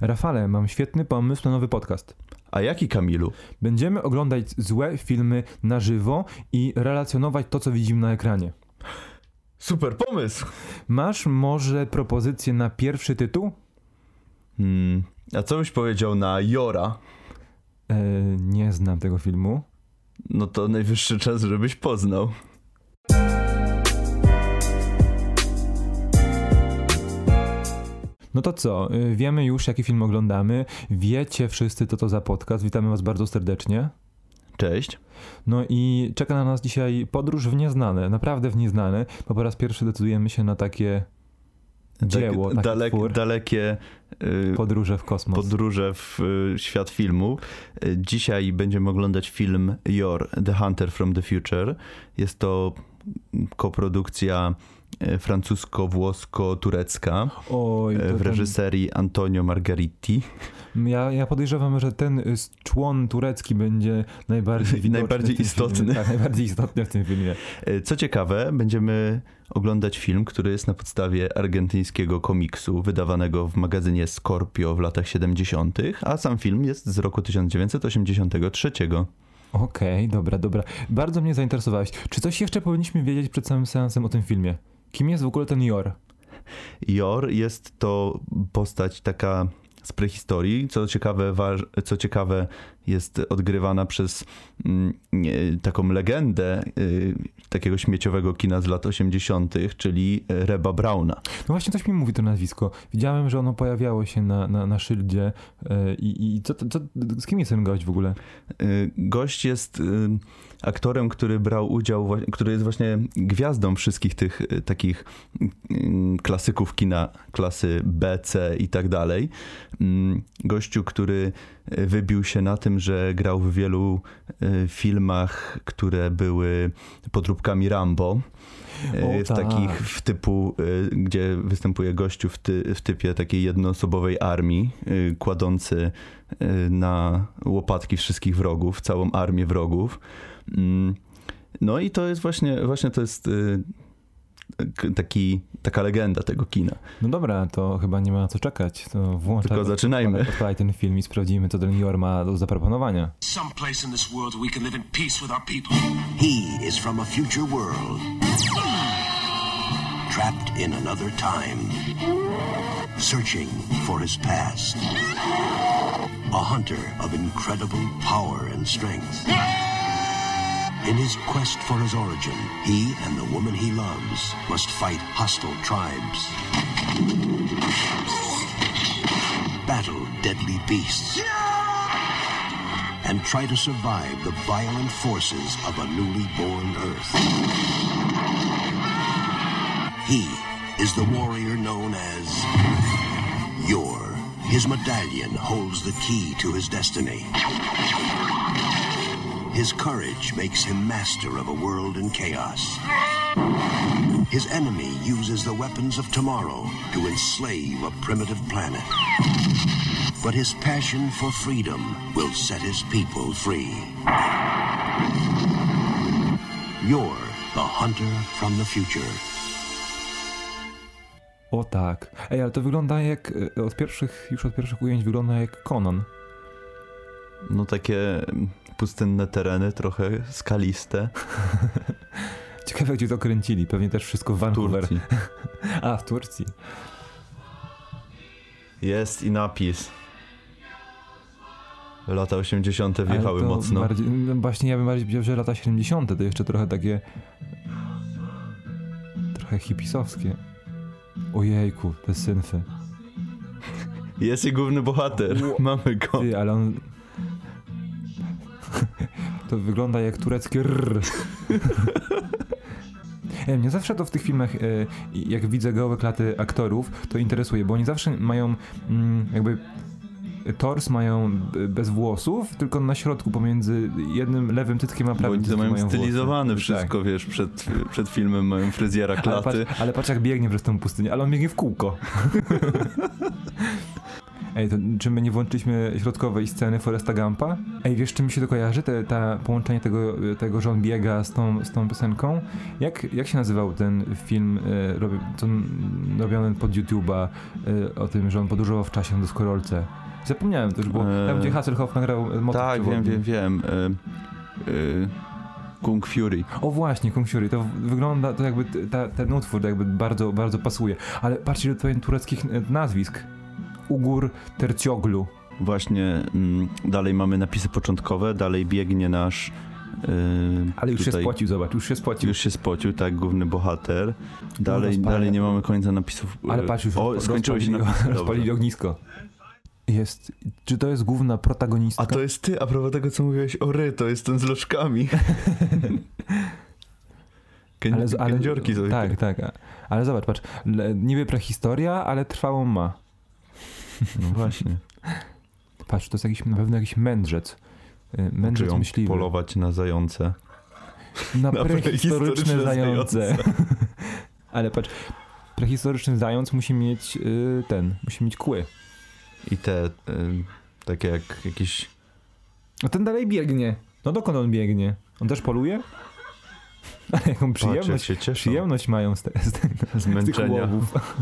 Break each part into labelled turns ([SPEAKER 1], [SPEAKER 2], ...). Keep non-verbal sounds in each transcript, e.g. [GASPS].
[SPEAKER 1] Rafale, mam świetny pomysł na nowy podcast.
[SPEAKER 2] A jaki Kamilu?
[SPEAKER 1] Będziemy oglądać złe filmy na żywo i relacjonować to, co widzimy na ekranie.
[SPEAKER 2] Super pomysł!
[SPEAKER 1] Masz może propozycję na pierwszy tytuł?
[SPEAKER 2] Hmm, a co byś powiedział na Jora?
[SPEAKER 1] E, nie znam tego filmu.
[SPEAKER 2] No to najwyższy czas, żebyś poznał.
[SPEAKER 1] No to co, y, wiemy już jaki film oglądamy, wiecie wszyscy co to za podcast, witamy was bardzo serdecznie.
[SPEAKER 2] Cześć.
[SPEAKER 1] No i czeka na nas dzisiaj podróż w nieznane, naprawdę w nieznane, bo po raz pierwszy decydujemy się na takie dzieło, taki twór,
[SPEAKER 2] Dalekie y,
[SPEAKER 1] podróże w kosmos.
[SPEAKER 2] podróże w y, świat filmu. Y, Dzisiaj będziemy oglądać film Your The Hunter from the Future. Jest to koprodukcja y, francusko-włosko-turecka
[SPEAKER 1] Oj,
[SPEAKER 2] y,
[SPEAKER 1] to
[SPEAKER 2] w
[SPEAKER 1] ten-
[SPEAKER 2] reżyserii Antonio Margaritti.
[SPEAKER 1] Ja, ja podejrzewam, że ten y, s- człon turecki będzie najbardziej widoczny
[SPEAKER 2] Najbardziej
[SPEAKER 1] w tym
[SPEAKER 2] istotny.
[SPEAKER 1] Filmie. Tak, najbardziej istotny w tym filmie.
[SPEAKER 2] Y, Co ciekawe, będziemy oglądać film, który jest na podstawie argentyńskiego komiksu wydawanego w magazynie Scorpio w latach 70., a sam film jest z roku 1983.
[SPEAKER 1] Okej, dobra, dobra. Bardzo mnie zainteresowałeś. Czy coś jeszcze powinniśmy wiedzieć przed samym seansem o tym filmie? Kim jest w ogóle ten Jor?
[SPEAKER 2] Jor jest to postać taka z prehistorii, co ciekawe, waż, co ciekawe jest odgrywana przez mm, nie, taką legendę y, takiego śmieciowego kina z lat 80., czyli y, Reba Brauna.
[SPEAKER 1] No właśnie coś mi mówi to nazwisko. Widziałem, że ono pojawiało się na, na, na szyldzie e, i, i co, to- co, z kim jest ten gość w ogóle?
[SPEAKER 2] Y, Gość jest y, aktorem, który brał udział, wła- który jest właśnie gwiazdą wszystkich tych y, takich y, y, klasyków kina klasy B, C i tak dalej. Mm, Gościu, który y, wybił się na tym, że grał w wielu y, filmach, które były podróbkami Rambo.
[SPEAKER 1] O,
[SPEAKER 2] Y, w
[SPEAKER 1] tak.
[SPEAKER 2] takich w typu, y, gdzie występuje gościu w, ty, w typie takiej jednoosobowej armii, y, kładący y, na łopatki wszystkich wrogów, całą armię wrogów. Mm, No i to jest właśnie, właśnie to jest y, k- taki, taka legenda tego kina.
[SPEAKER 1] No dobra, to chyba nie ma na co czekać. To włączaj,
[SPEAKER 2] Tylko zaczynajmy.
[SPEAKER 1] Odpalaj ten film i sprawdzimy, co ten Jor ma do zaproponowania.
[SPEAKER 3] someplace in this world where we can live in peace with our people.
[SPEAKER 4] He is from a future world. Trapped in another time. Searching for his past. A hunter of incredible power and strength. In his quest for his origin, he and the woman he loves must fight hostile tribes. Battle deadly beasts and try to survive the violent forces of a newly born Earth. He is the warrior known as Yor. His medallion holds the key to his destiny. His courage makes him master of a world in chaos. His enemy uses the weapons of tomorrow to enslave a primitive planet but his passion for freedom will set his people free. You're the hunter from the future.
[SPEAKER 1] O tak. Ej, ale to wygląda jak, e, od pierwszych, już od pierwszych ujęć wygląda jak Conan.
[SPEAKER 2] No takie mm, pustynne tereny, trochę skaliste.
[SPEAKER 1] Ciekawe, gdzie to kręcili. Pewnie też wszystko w Vancouver.
[SPEAKER 2] Turcji.
[SPEAKER 1] A, w Turcji.
[SPEAKER 2] Jest i napis. Lata 80. wjechały
[SPEAKER 1] Ale to
[SPEAKER 2] mocno.
[SPEAKER 1] Bardziej, no właśnie ja bym bardziej powiedział, że lata 70. to jeszcze trochę takie. Trochę hipisowskie. Ojejku, te synfy.
[SPEAKER 2] Jest i główny bohater. Mamy go.
[SPEAKER 1] Ty, ale on. To wygląda jak tureckie rrr. [LAUGHS] Ej, Mnie zawsze to w tych filmach, e, jak widzę gołe klaty aktorów, to interesuje, bo oni zawsze mają mm, jakby tors mają b- bez włosów, tylko na środku pomiędzy jednym lewym cyckiem a
[SPEAKER 2] Bo
[SPEAKER 1] prawym
[SPEAKER 2] oni to
[SPEAKER 1] cyckiem
[SPEAKER 2] mają
[SPEAKER 1] mają
[SPEAKER 2] stylizowane
[SPEAKER 1] włosy. Tak.
[SPEAKER 2] wszystko, wiesz, przed, przed filmem mają fryzjera
[SPEAKER 1] Ale
[SPEAKER 2] klaty. [LAUGHS]
[SPEAKER 1] patrz, ale patrz jak biegnie przez tą pustynię, ale on biegnie w kółko. Ej, to czy my nie włączyliśmy środkowej sceny Foresta Gampa? Ej, wiesz, czym mi się to kojarzy? Te, ta połączenie tego, y, tego, że on biega z tą, z tą piosenką? Jak, jak się nazywał ten film y, robi, co, n- robiony pod YouTube'a y, o tym, że on podróżował w czasie na deskorolce? Zapomniałem, to już było tam,
[SPEAKER 2] Eee.
[SPEAKER 1] gdzie Hasselhoff nagrał e, motyw
[SPEAKER 2] tak, wiem,
[SPEAKER 1] przewodni.
[SPEAKER 2] wiem, wiem. Y, y, Kung Fury.
[SPEAKER 1] O właśnie, Kung Fury, to w- wygląda, to jakby t- ta, ten utwór jakby bardzo, bardzo pasuje. Ale patrzcie do tutaj tureckich e, nazwisk. Ugur Tercioglu.
[SPEAKER 2] Właśnie mm, dalej mamy napisy początkowe, dalej biegnie nasz. y,
[SPEAKER 1] Ale już się
[SPEAKER 2] tutaj-
[SPEAKER 1] spłacił, zobacz, już się spłacił.
[SPEAKER 2] Już się spocił, tak, główny bohater. Dalej,
[SPEAKER 1] rozpalę.
[SPEAKER 2] dalej nie mamy końca napisów.
[SPEAKER 1] Ale patrz, już
[SPEAKER 2] e, O, skończyło się
[SPEAKER 1] rozpalili-
[SPEAKER 2] napisy.
[SPEAKER 1] [LAUGHS] rozpalili
[SPEAKER 2] Dobra.
[SPEAKER 1] ognisko. Jest, czy to jest główna protagonistka?
[SPEAKER 2] A to jest ty, a propos tego, co mówiłeś o Ry, to jest ten z
[SPEAKER 1] [LAUGHS]
[SPEAKER 2] lożkami. Kędzi-
[SPEAKER 1] z-
[SPEAKER 2] Kędziorki sobie.
[SPEAKER 1] Tak, tak. a- Ale zobacz, patrz, le- niby prehistoria, ale trwałą ma.
[SPEAKER 2] No [LAUGHS] właśnie.
[SPEAKER 1] Patrz, to jest jakiś, na pewno jakiś mędrzec. Y, Mędrzec
[SPEAKER 2] Czują
[SPEAKER 1] myśliwy.
[SPEAKER 2] polować na zające.
[SPEAKER 1] Na
[SPEAKER 2] Na
[SPEAKER 1] prehistoryczne
[SPEAKER 2] prehistoryczne
[SPEAKER 1] zające. Ale patrz, prehistoryczny zając musi mieć y, ten, musi mieć kły.
[SPEAKER 2] I te, y, takie jak jakieś...
[SPEAKER 1] A ten dalej biegnie. No dokąd on biegnie? On też poluje? [LAUGHS] Ale jaką
[SPEAKER 2] Patrz, jak
[SPEAKER 1] przyjemność,
[SPEAKER 2] się cieszą.
[SPEAKER 1] przyjemność mają z, te, z, te, z tych
[SPEAKER 2] Zmęczenia.
[SPEAKER 1] łowów.
[SPEAKER 2] [LAUGHS]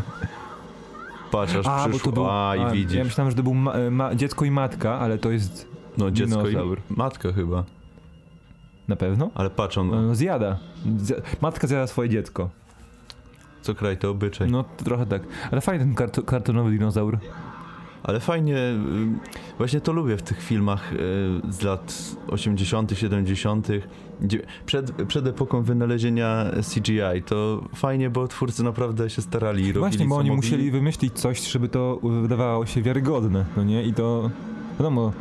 [SPEAKER 2] Patrz, aż
[SPEAKER 1] A, bo to
[SPEAKER 2] przyszło.
[SPEAKER 1] był,
[SPEAKER 2] a, i widzisz.
[SPEAKER 1] Ja myślałem, że to był ma, y, ma, dziecko i matka, ale to jest
[SPEAKER 2] No dziecko
[SPEAKER 1] Dinozaur.
[SPEAKER 2] i matka chyba.
[SPEAKER 1] na pewno?
[SPEAKER 2] Ale patrz, on,
[SPEAKER 1] No, zjada. Zja- Matka zjada swoje dziecko.
[SPEAKER 2] co kraj to obyczaj.
[SPEAKER 1] No to trochę tak. Ale fajny ten kartu, kartonowy dinozaur.
[SPEAKER 2] Ale fajnie, y, właśnie to lubię w tych filmach y, z lat 80., 70., gdzie- przed, przed epoką wynalezienia CGI. To fajnie, bo twórcy naprawdę się starali i robili
[SPEAKER 1] Właśnie, bo
[SPEAKER 2] co
[SPEAKER 1] oni
[SPEAKER 2] mogli.
[SPEAKER 1] musieli wymyślić coś, żeby to y, wydawało się wiarygodne, no nie? I to, wiadomo,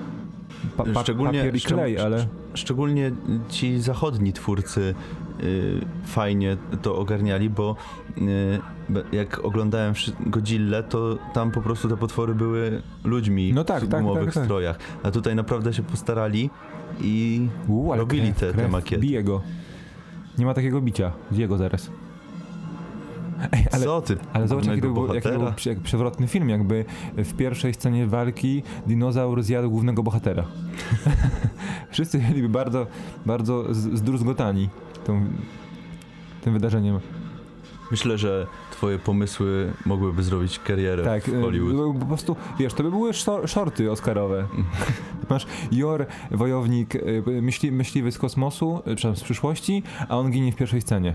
[SPEAKER 1] pa, pa,
[SPEAKER 2] Szczególnie-
[SPEAKER 1] papier i
[SPEAKER 2] szczeg-
[SPEAKER 1] klej, ale
[SPEAKER 2] Szczególnie ci zachodni twórcy y, fajnie to ogarniali, bo y, be- jak oglądałem wszy- Godzillę, to tam po prostu te potwory były ludźmi
[SPEAKER 1] No tak,
[SPEAKER 2] w
[SPEAKER 1] tak,
[SPEAKER 2] gumowych
[SPEAKER 1] tak, tak.
[SPEAKER 2] strojach. A tutaj naprawdę się postarali i
[SPEAKER 1] Uu, ale
[SPEAKER 2] robili
[SPEAKER 1] krew,
[SPEAKER 2] te, te
[SPEAKER 1] krew,
[SPEAKER 2] makiety.
[SPEAKER 1] Bije go. Nie ma takiego bicia. Bije go zaraz. Ej, ale,
[SPEAKER 2] Co ty?
[SPEAKER 1] ale zobacz, jaki to,
[SPEAKER 2] głównego
[SPEAKER 1] był, jaki to był
[SPEAKER 2] bohatera?
[SPEAKER 1] przy- jak przewrotny film, jakby w pierwszej scenie walki dinozaur zjadł głównego bohatera. [LAUGHS] Wszyscy byli bardzo, bardzo z- zdruzgotani tą, tym wydarzeniem.
[SPEAKER 2] Myślę, że twoje pomysły mogłyby zrobić karierę
[SPEAKER 1] Tak,
[SPEAKER 2] w Hollywood.
[SPEAKER 1] y, po prostu, wiesz, to by były szor- shorty Oscarowe. [LAUGHS] Masz Jor, wojownik, y, myśli, myśliwy z kosmosu, y, przepraszam, z przyszłości, a on ginie w pierwszej scenie.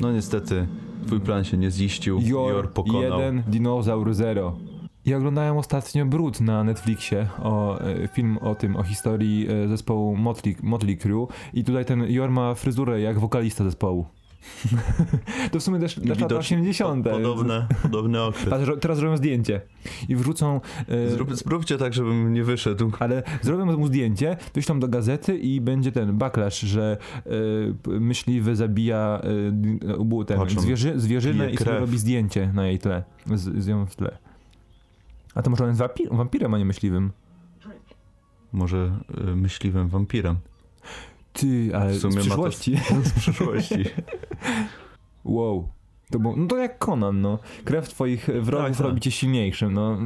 [SPEAKER 2] No niestety, twój plan się nie ziścił.
[SPEAKER 1] Jor,
[SPEAKER 2] Jor pokonał.
[SPEAKER 1] jeden, dinozaur zero. Ja oglądałem ostatnio Brud na Netflixie, o, e, film o tym, o historii e, zespołu Motley, Motley Crue i tutaj ten Jor ma fryzurę jak wokalista zespołu. [LAUGHS] to w sumie też, też lata
[SPEAKER 2] Widocznie
[SPEAKER 1] 80.
[SPEAKER 2] po- Podobne, podobny okres.
[SPEAKER 1] Teraz, ro- teraz robią zdjęcie i wrzucą... e,
[SPEAKER 2] Zrób, zróbcie tak, żebym nie wyszedł.
[SPEAKER 1] ale zrobią mu zdjęcie, wyślą do gazety i będzie ten backlash, że y, p- myśliwy zabija y, d- ubu- ten,
[SPEAKER 2] Patrzą,
[SPEAKER 1] zwierzy, zwierzynę
[SPEAKER 2] pije
[SPEAKER 1] i sobie
[SPEAKER 2] krew.
[SPEAKER 1] robi zdjęcie na jej tle, z, z ją w tle. A to może on jest wampir, wampirem, a nie myśliwym.
[SPEAKER 2] Może y, myśliwym wampirem.
[SPEAKER 1] Ty, ale
[SPEAKER 2] W
[SPEAKER 1] w
[SPEAKER 2] sumie ma to-
[SPEAKER 1] przyszłości.
[SPEAKER 2] [LAUGHS] Z przyszłości.
[SPEAKER 1] Wow. To było, no to jak Conan, no. Krew twoich wrogów
[SPEAKER 2] Tak, tak.
[SPEAKER 1] robi cię silniejszym, no.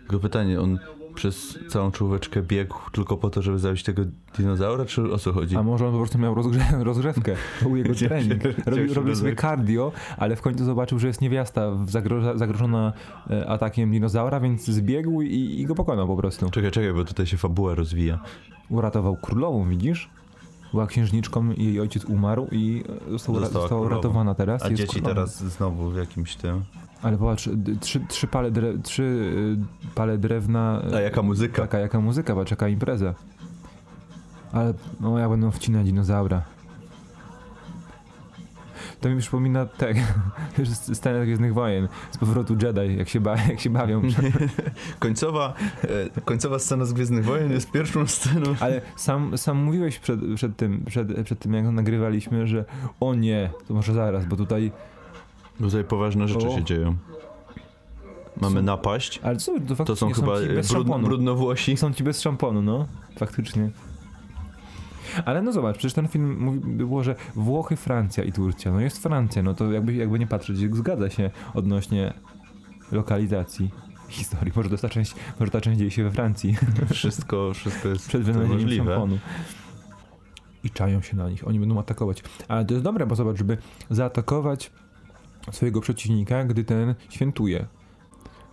[SPEAKER 2] Tylko pytanie, on przez całą czołóweczkę biegł tylko po to, żeby zabić tego dinozaura, czy o co chodzi?
[SPEAKER 1] A może on po prostu miał rozgrze- [LAUGHS] rozgrzewkę, to był jego
[SPEAKER 2] [LAUGHS] Chciał się-
[SPEAKER 1] trening.
[SPEAKER 2] chciał
[SPEAKER 1] Robił,
[SPEAKER 2] się
[SPEAKER 1] robił sobie
[SPEAKER 2] rozejrzeć.
[SPEAKER 1] cardio, ale w końcu zobaczył, że jest niewiasta w- zagroża, zagrożona e, atakiem dinozaura, więc zbiegł i, i go pokonał po prostu.
[SPEAKER 2] Czekaj, czekaj, bo tutaj się fabuła rozwija.
[SPEAKER 1] Uratował królową, widzisz? Była księżniczką, jej ojciec umarł i e, został,
[SPEAKER 2] Została
[SPEAKER 1] została, została
[SPEAKER 2] królową.
[SPEAKER 1] uratowana teraz.
[SPEAKER 2] A
[SPEAKER 1] jest
[SPEAKER 2] dzieci
[SPEAKER 1] królową.
[SPEAKER 2] teraz znowu w jakimś tym...
[SPEAKER 1] Ale popatrz, d- trzy, trzy, pale, dre, trzy y, pale drewna... e,
[SPEAKER 2] A jaka muzyka?
[SPEAKER 1] Taka, jaka muzyka, patrz, jaka impreza. Ale, no ja będę wcinać dinozaura. To mi przypomina [LAUGHS] tak, już scenę z Gwiezdnych Wojen, z powrotu Jedi, jak się, ba, [LAUGHS] jak się
[SPEAKER 2] [LAUGHS]
[SPEAKER 1] bawią.
[SPEAKER 2] Końcowa, e, końcowa scena z Gwiezdnych Wojen jest pierwszą sceną.
[SPEAKER 1] Ale sam, sam mówiłeś przed, przed, tym, przed, przed tym, jak nagrywaliśmy, że o nie, to może zaraz, bo tutaj...
[SPEAKER 2] Tutaj poważne rzeczy
[SPEAKER 1] O.
[SPEAKER 2] się dzieją. Mamy napaść.
[SPEAKER 1] Ale co, to
[SPEAKER 2] To
[SPEAKER 1] faktycznie
[SPEAKER 2] są chyba
[SPEAKER 1] ci
[SPEAKER 2] e,
[SPEAKER 1] bez
[SPEAKER 2] brud,
[SPEAKER 1] szamponu.
[SPEAKER 2] brudnowłosi.
[SPEAKER 1] Są ci bez szamponu, no. Faktycznie. Ale no zobacz, przecież ten film mówi, było, że Włochy, Francja i Turcja. No jest Francja, no to jakby, jakby nie patrzeć, zgadza się odnośnie lokalizacji. historii. Może, to ta część, może ta część dzieje się we Francji [LAUGHS]
[SPEAKER 2] Wszystko, wszystko jest
[SPEAKER 1] przed wynalezieniem
[SPEAKER 2] możliwe.
[SPEAKER 1] szamponu. I czają się na nich, oni będą atakować. Ale to jest dobre, bo zobacz, żeby zaatakować swojego przeciwnika, gdy ten świętuje.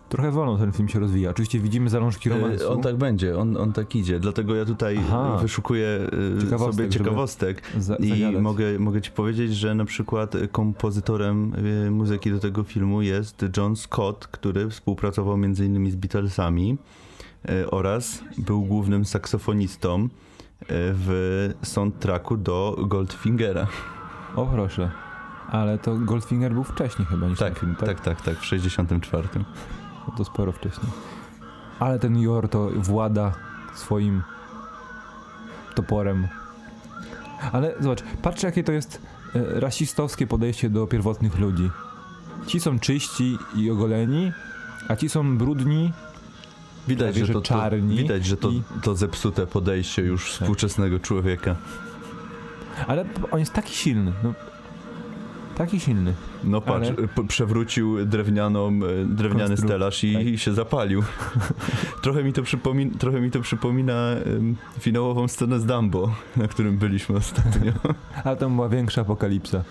[SPEAKER 1] Trochę wolno ten film się rozwija. Oczywiście widzimy zalążki romansu.
[SPEAKER 2] Y, On tak będzie, on, on tak idzie. Dlatego ja tutaj
[SPEAKER 1] Aha.
[SPEAKER 2] wyszukuję y,
[SPEAKER 1] Ciekawostek,
[SPEAKER 2] sobie
[SPEAKER 1] żeby
[SPEAKER 2] ciekawostek
[SPEAKER 1] za-
[SPEAKER 2] i
[SPEAKER 1] zagadać.
[SPEAKER 2] mogę, mogę ci powiedzieć, że na przykład y, kompozytorem y, muzyki do tego filmu jest John Scott, który współpracował między innymi z Beatlesami y, oraz był głównym saksofonistą y, w soundtracku do Goldfingera.
[SPEAKER 1] O proszę. Ale to Goldfinger był wcześniej chyba niż ten
[SPEAKER 2] Tak,
[SPEAKER 1] film, tak?
[SPEAKER 2] tak, tak, tak, w 64.
[SPEAKER 1] To sporo wcześniej. Ale ten Jor to włada swoim toporem. Ale zobacz, patrz jakie to jest e, rasistowskie podejście do pierwotnych ludzi. Ci są czyści i ogoleni, a ci są brudni.
[SPEAKER 2] Widać,
[SPEAKER 1] Prawie,
[SPEAKER 2] że
[SPEAKER 1] że
[SPEAKER 2] to, to,
[SPEAKER 1] czarni
[SPEAKER 2] widać, że to,
[SPEAKER 1] i- Tak.
[SPEAKER 2] to zepsute podejście już współczesnego człowieka.
[SPEAKER 1] Ale on jest taki silny. No, taki silny.
[SPEAKER 2] No patrz,
[SPEAKER 1] Ale-
[SPEAKER 2] p- przewrócił drewnianą, e, drewniany
[SPEAKER 1] Konstru-
[SPEAKER 2] stelaż i,
[SPEAKER 1] tak.
[SPEAKER 2] i się
[SPEAKER 1] [LAUGHS]
[SPEAKER 2] zapalił. trochę, mi to przypomin- trochę mi to przypomina em, finałową scenę z Dumbo, na którym byliśmy
[SPEAKER 1] [LAUGHS]
[SPEAKER 2] ostatnio.
[SPEAKER 1] Ale tam była większa apokalipsa.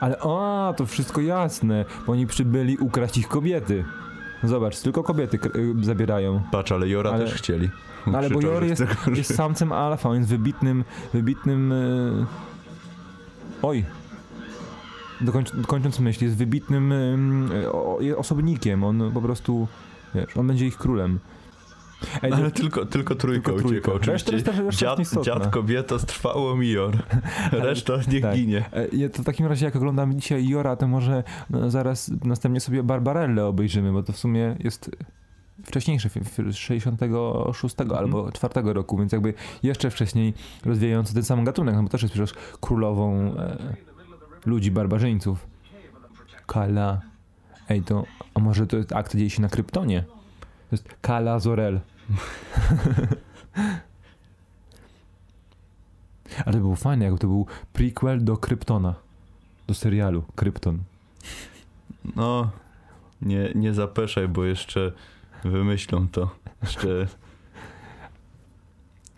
[SPEAKER 1] Ale a, to wszystko jasne, bo oni przybyli ukraść ich kobiety. Zobacz, tylko kobiety kr- y, zabierają.
[SPEAKER 2] Patrz, ale Jora
[SPEAKER 1] Ale- no
[SPEAKER 2] też chcieli.
[SPEAKER 1] Ale bo
[SPEAKER 2] Krzyczał,
[SPEAKER 1] Jor
[SPEAKER 2] że
[SPEAKER 1] jest,
[SPEAKER 2] chce-
[SPEAKER 1] jest samcem alfa, on jest wybitnym, wybitnym... y, Oj. Dokończ, kończąc myśl, jest wybitnym y, o, o- osobnikiem, on po prostu, wiesz, on będzie ich królem. Ej,
[SPEAKER 2] No, Ale tylko, tylko trójka
[SPEAKER 1] Tylko trójka. No
[SPEAKER 2] uciekła oczywiście.
[SPEAKER 1] Reszta- reszta- reszta
[SPEAKER 2] dziad,
[SPEAKER 1] nieistotna.
[SPEAKER 2] dziad, kobieta, strwało mi
[SPEAKER 1] [LAUGHS]
[SPEAKER 2] Jor. Reszta niech
[SPEAKER 1] tak.
[SPEAKER 2] ginie.
[SPEAKER 1] E, Ja to w takim razie, jak oglądam dzisiaj Jora, to może no, zaraz następnie sobie Barbarellę obejrzymy, bo to w sumie jest wcześniejszy film, film z 66 albo 4 roku, więc jakby jeszcze wcześniej rozwijający ten sam gatunek, no bo też jest przecież królową e, ludzi, barbarzyńców. Kala. Ej, to, a może to jest akt dzieje się na Kryptonie? To jest Kala Zorel. Ale to było fajne, jakby to był prequel do Kryptona. Do serialu Krypton.
[SPEAKER 2] No, nie, nie zapeszaj, bo jeszcze wymyślą to. Jeszcze...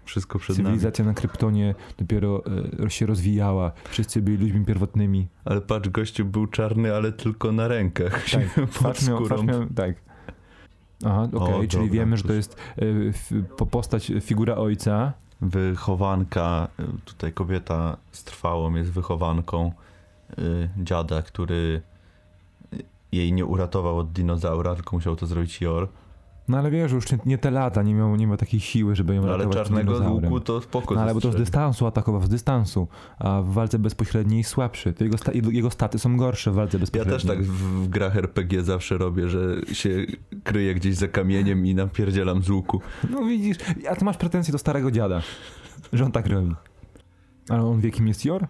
[SPEAKER 2] Wszystko przed nami.
[SPEAKER 1] Cywilizacja na Kryptonie dopiero e, się rozwijała. Wszyscy byli ludźmi pierwotnymi.
[SPEAKER 2] Ale patrz, gościu był czarny, ale tylko na rękach. [LAUGHS] Pod
[SPEAKER 1] Twarz Tak, miał,
[SPEAKER 2] skórą.
[SPEAKER 1] twarz miał, tak. Aha, okej,
[SPEAKER 2] O,
[SPEAKER 1] czyli
[SPEAKER 2] dobra,
[SPEAKER 1] wiemy, że
[SPEAKER 2] to
[SPEAKER 1] to jest e, f, po- postać, e, figura ojca.
[SPEAKER 2] Wychowanka, y, tutaj kobieta z trwałą jest wychowanką y, dziada, który y, jej nie uratował od dinozaura, tylko musiał to zrobić Jor.
[SPEAKER 1] No ale wiesz, już nie, nie te lata, nie miał, nie miał takiej siły, żeby ją
[SPEAKER 2] No, ale
[SPEAKER 1] ratować przed
[SPEAKER 2] czarnego
[SPEAKER 1] dinozaurem.
[SPEAKER 2] łuku to spoko.
[SPEAKER 1] No ale bo to z
[SPEAKER 2] zastrzeli.
[SPEAKER 1] dystansu atakował, z dystansu, a w walce bezpośredniej słabszy. To jego, sta, jego staty są gorsze w walce
[SPEAKER 2] Ja
[SPEAKER 1] bezpośredniej.
[SPEAKER 2] też tak w, w grach RPG zawsze robię, że się kryję gdzieś za kamieniem i napierdzielam z łuku.
[SPEAKER 1] No widzisz, a ty masz pretensje do starego dziada, że on tak robi. Ale on wie, kim jest Jor?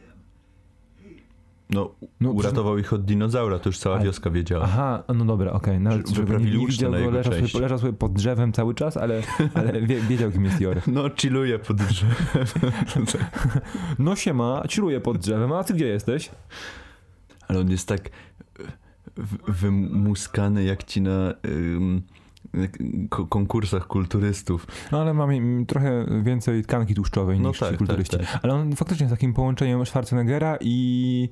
[SPEAKER 2] No,
[SPEAKER 1] No,
[SPEAKER 2] uratował ich od dinozaura, to już cała
[SPEAKER 1] Ale-
[SPEAKER 2] wioska wiedziała.
[SPEAKER 1] Aha, no dobra, okej. Nawet
[SPEAKER 2] Że
[SPEAKER 1] żeby
[SPEAKER 2] wyprawili
[SPEAKER 1] nie, nie
[SPEAKER 2] ucztę
[SPEAKER 1] widział
[SPEAKER 2] na
[SPEAKER 1] go,
[SPEAKER 2] jego
[SPEAKER 1] leżał
[SPEAKER 2] cześć.
[SPEAKER 1] sobie, leżał sobie pod drzewem cały czas,
[SPEAKER 2] [LAUGHS]
[SPEAKER 1] ale, ale wie, wiedział, kim jest Jor.
[SPEAKER 2] No, chilluję pod drzewem.
[SPEAKER 1] No siema, ciruje pod drzewem, a ty gdzie jesteś?
[SPEAKER 2] [LAUGHS] Ale on jest tak w- wymuskany jak ci na ym, ko- konkursach kulturystów.
[SPEAKER 1] No ale mamy mm, trochę więcej tkanki tłuszczowej
[SPEAKER 2] No
[SPEAKER 1] niż
[SPEAKER 2] tak,
[SPEAKER 1] ci kulturyści.
[SPEAKER 2] tak,
[SPEAKER 1] Ale on faktycznie jest takim połączeniem Schwarzeneggera i...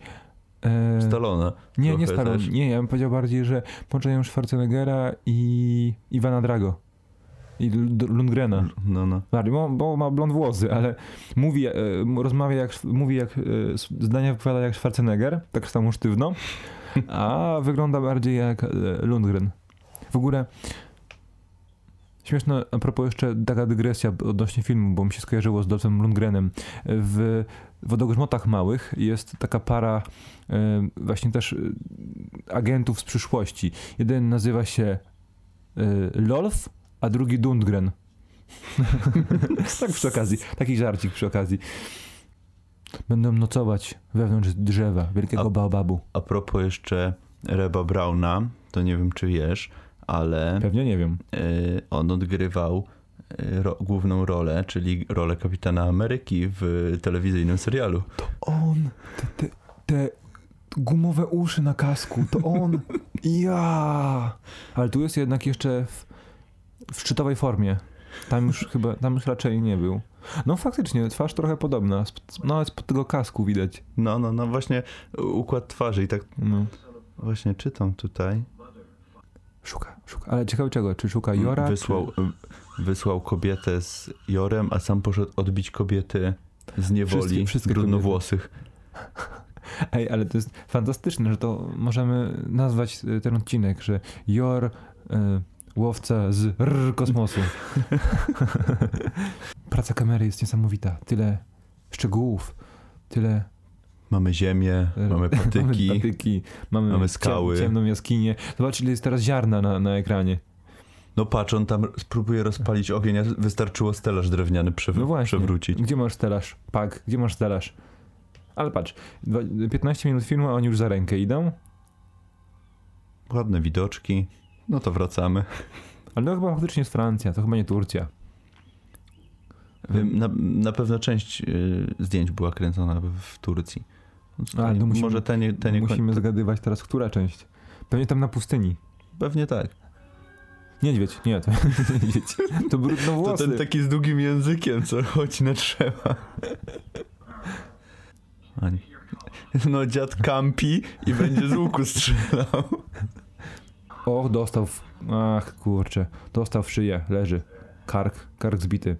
[SPEAKER 1] e,
[SPEAKER 2] Stalona.
[SPEAKER 1] nie,
[SPEAKER 2] trochę
[SPEAKER 1] nie Stallone.
[SPEAKER 2] też.
[SPEAKER 1] Nie, ja bym powiedział bardziej, że połączeniem Schwarzeneggera i Iwana Drago. I Lund- Lundgrena.
[SPEAKER 2] No, no.
[SPEAKER 1] Bardziej, bo, bo ma blond włosy, ale mówi, e, m- rozmawia jak, Szw- mówi jak, e, s- zdania wypowiada jak Schwarzenegger, tak samo sztywno, a wygląda bardziej jak e, Lundgren. W ogóle śmieszne, a propos jeszcze taka dygresja odnośnie filmu, bo mi się skojarzyło z Dolphem Lundgrenem. W Wodogrzmotach Małych jest taka para e, właśnie też e, agentów z przyszłości. Jeden nazywa się e, Lolf, a drugi Dundgren. [LAUGHS] Tak przy okazji, taki żarcik przy okazji. Będą nocować wewnątrz drzewa, wielkiego
[SPEAKER 2] A-
[SPEAKER 1] baobabu.
[SPEAKER 2] A propos jeszcze Reba Brauna, to nie wiem czy wiesz, ale
[SPEAKER 1] Pewnie nie wiem.
[SPEAKER 2] y, on odgrywał y, ro- główną rolę, czyli rolę kapitana Ameryki w telewizyjnym serialu.
[SPEAKER 1] On, te, te, te gumowe uszy na kasku, to [LAUGHS] on. ja. Ale tu jest jednak jeszcze w, w szczytowej formie. Tam [LAUGHS] już chyba, tam już raczej nie był. No faktycznie, twarz trochę podobna. Sp- No, spod tego kasku widać.
[SPEAKER 2] No, no, no właśnie układ twarzy i tak
[SPEAKER 1] No.
[SPEAKER 2] właśnie czytam tutaj.
[SPEAKER 1] Szuka, szuka. Ale ciekawe czego? Czy szuka Jora?
[SPEAKER 2] wysłał, wysłał kobietę z Jorem, a sam poszedł odbić kobiety z niewoli
[SPEAKER 1] Wszystkie- wszystkie
[SPEAKER 2] brudnowłosych.
[SPEAKER 1] Czy... Ej, ale to jest fantastyczne, że to możemy nazwać y, ten odcinek, że Jor y, łowca z r kosmosu. [LAUGHS] Praca kamery jest niesamowita. Tyle szczegółów, tyle
[SPEAKER 2] Mamy ziemię,
[SPEAKER 1] Y,
[SPEAKER 2] mamy patyki.
[SPEAKER 1] [LAUGHS] Mamy, patyki, mamy,
[SPEAKER 2] mamy
[SPEAKER 1] ciem-
[SPEAKER 2] skały.
[SPEAKER 1] ciemną jaskinię. Zobacz, ile jest teraz ziarna na, na ekranie.
[SPEAKER 2] No patrz, on tam spróbuje rozpalić ogień, a wystarczyło stelaż drewniany przewr-
[SPEAKER 1] No właśnie.
[SPEAKER 2] przewrócić.
[SPEAKER 1] Gdzie masz stelaż? Pak, gdzie masz stelaż? Ale patrz, dwa- 15 minut filmu, a oni już za rękę idą.
[SPEAKER 2] Ładne widoczki. No to wracamy.
[SPEAKER 1] Ale to chyba faktycznie jest Francja, to chyba nie Turcja.
[SPEAKER 2] Wiem, Na, na pewno część y, zdjęć była kręcona w- w Turcji.
[SPEAKER 1] Ale to no musimy-
[SPEAKER 2] Może te nie, te nie
[SPEAKER 1] Musimy zgadywać teraz, która część. Pewnie tam na pustyni.
[SPEAKER 2] Pewnie tak.
[SPEAKER 1] Niedźwiedź, nie, to [LAUGHS] niedźwiedź. To brudno
[SPEAKER 2] To
[SPEAKER 1] włosy.
[SPEAKER 2] ten taki z długim językiem, co chodzi na drzewa. Ani. No dziad kampi i będzie z łuku strzelał.
[SPEAKER 1] O, dostał w... Ach, kurczę. Dostał w szyję, leży. Kark, kark zbity.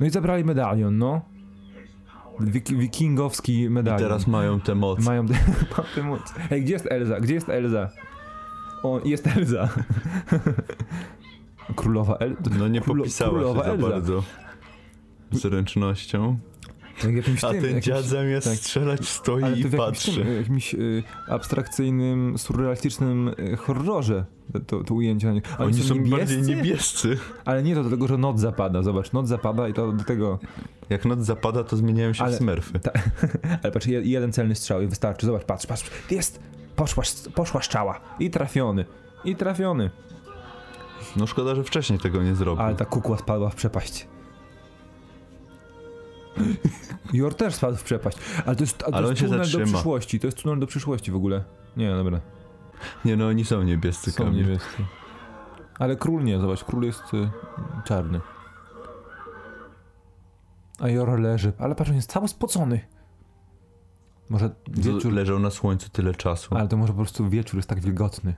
[SPEAKER 1] No i zabrali medalion, no. Wik wikingowski
[SPEAKER 2] I
[SPEAKER 1] medalion.
[SPEAKER 2] teraz mają te moce.
[SPEAKER 1] Tak. mają [LAUGHS] papy móc. Ej, gdzie jest Elza? Gdzie jest Elza? O, jest Elza. [LAUGHS] Królowa El...
[SPEAKER 2] No nie
[SPEAKER 1] Królo-
[SPEAKER 2] popisała się
[SPEAKER 1] królowa
[SPEAKER 2] za
[SPEAKER 1] Elza.
[SPEAKER 2] bardzo. Zręcznością.
[SPEAKER 1] Jak No jakimś
[SPEAKER 2] A
[SPEAKER 1] tym,
[SPEAKER 2] ten
[SPEAKER 1] jakimś-
[SPEAKER 2] dziad zamiast
[SPEAKER 1] tak.
[SPEAKER 2] strzelać stoi
[SPEAKER 1] Ale to
[SPEAKER 2] i
[SPEAKER 1] w jakimś, tym,
[SPEAKER 2] patrzy.
[SPEAKER 1] jakimś y, abstrakcyjnym, surrealistycznym y, horrorze to, to ujęcie na nich. Ale
[SPEAKER 2] Oni są bardziej
[SPEAKER 1] niebiescy?
[SPEAKER 2] niebiescy.
[SPEAKER 1] Ale nie to do tego, że noc zapada, zobacz, noc zapada i to do tego.
[SPEAKER 2] Jak noc zapada, to zmieniają się
[SPEAKER 1] Ale-
[SPEAKER 2] w smerfy.
[SPEAKER 1] Ta, [LAUGHS] ale patrz, je- jeden celny strzał i wystarczy, zobacz, patrz, patrz, jest, poszła, s- poszła strzała i trafiony, i trafiony.
[SPEAKER 2] No szkoda, że wcześniej tego nie zrobił.
[SPEAKER 1] Ale ta kukła spadła w przepaść. [GASPS] Jor też spadł w przepaść, ale to jest, a to
[SPEAKER 2] Ale on
[SPEAKER 1] jest
[SPEAKER 2] się
[SPEAKER 1] tunel do
[SPEAKER 2] zatrzyma.
[SPEAKER 1] przyszłości, to jest tunel do przyszłości w ogóle. Nie, dobra,
[SPEAKER 2] Nie no, oni są niebiescy,
[SPEAKER 1] są
[SPEAKER 2] Kamil.
[SPEAKER 1] niebiescy. Ale król nie, zobacz, król jest y, czarny. A Jor leży, ale patrz, on jest cały spocony. Może
[SPEAKER 2] Wieczór
[SPEAKER 1] wieczór
[SPEAKER 2] leżał na słońcu tyle czasu.
[SPEAKER 1] Ale to może po prostu wieczór jest tak wilgotny.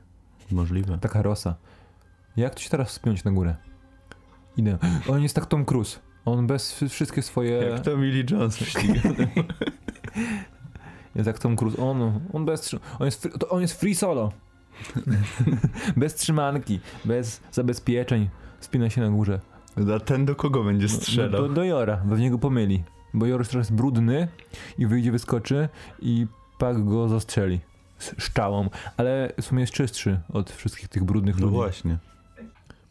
[SPEAKER 2] Możliwe.
[SPEAKER 1] Taka rosa. Jak tu się teraz wspiąć na górę? Idę. [GASPS] On jest tak Tom Cruise. On bez wszy- wszystkie swoje...
[SPEAKER 2] Jak to Millie Jones ścigany.
[SPEAKER 1] Jest jak Tom Cruise. On, on bez... trzy- On jest, fr- to on jest free
[SPEAKER 2] [LAUGHS]
[SPEAKER 1] solo. bez trzymanki. Bez zabezpieczeń. Spina się na górze.
[SPEAKER 2] [LAUGHS] A ten do kogo będzie
[SPEAKER 1] Do, do,
[SPEAKER 2] strzelał?
[SPEAKER 1] do Jora. Pewnie go pomyli. Bo Jor już teraz brudny i wyjdzie, wyskoczy i Pak go zastrzeli. Z szczałą. Ale w sumie jest czystszy od wszystkich tych brudnych
[SPEAKER 2] No
[SPEAKER 1] ludzi.
[SPEAKER 2] właśnie.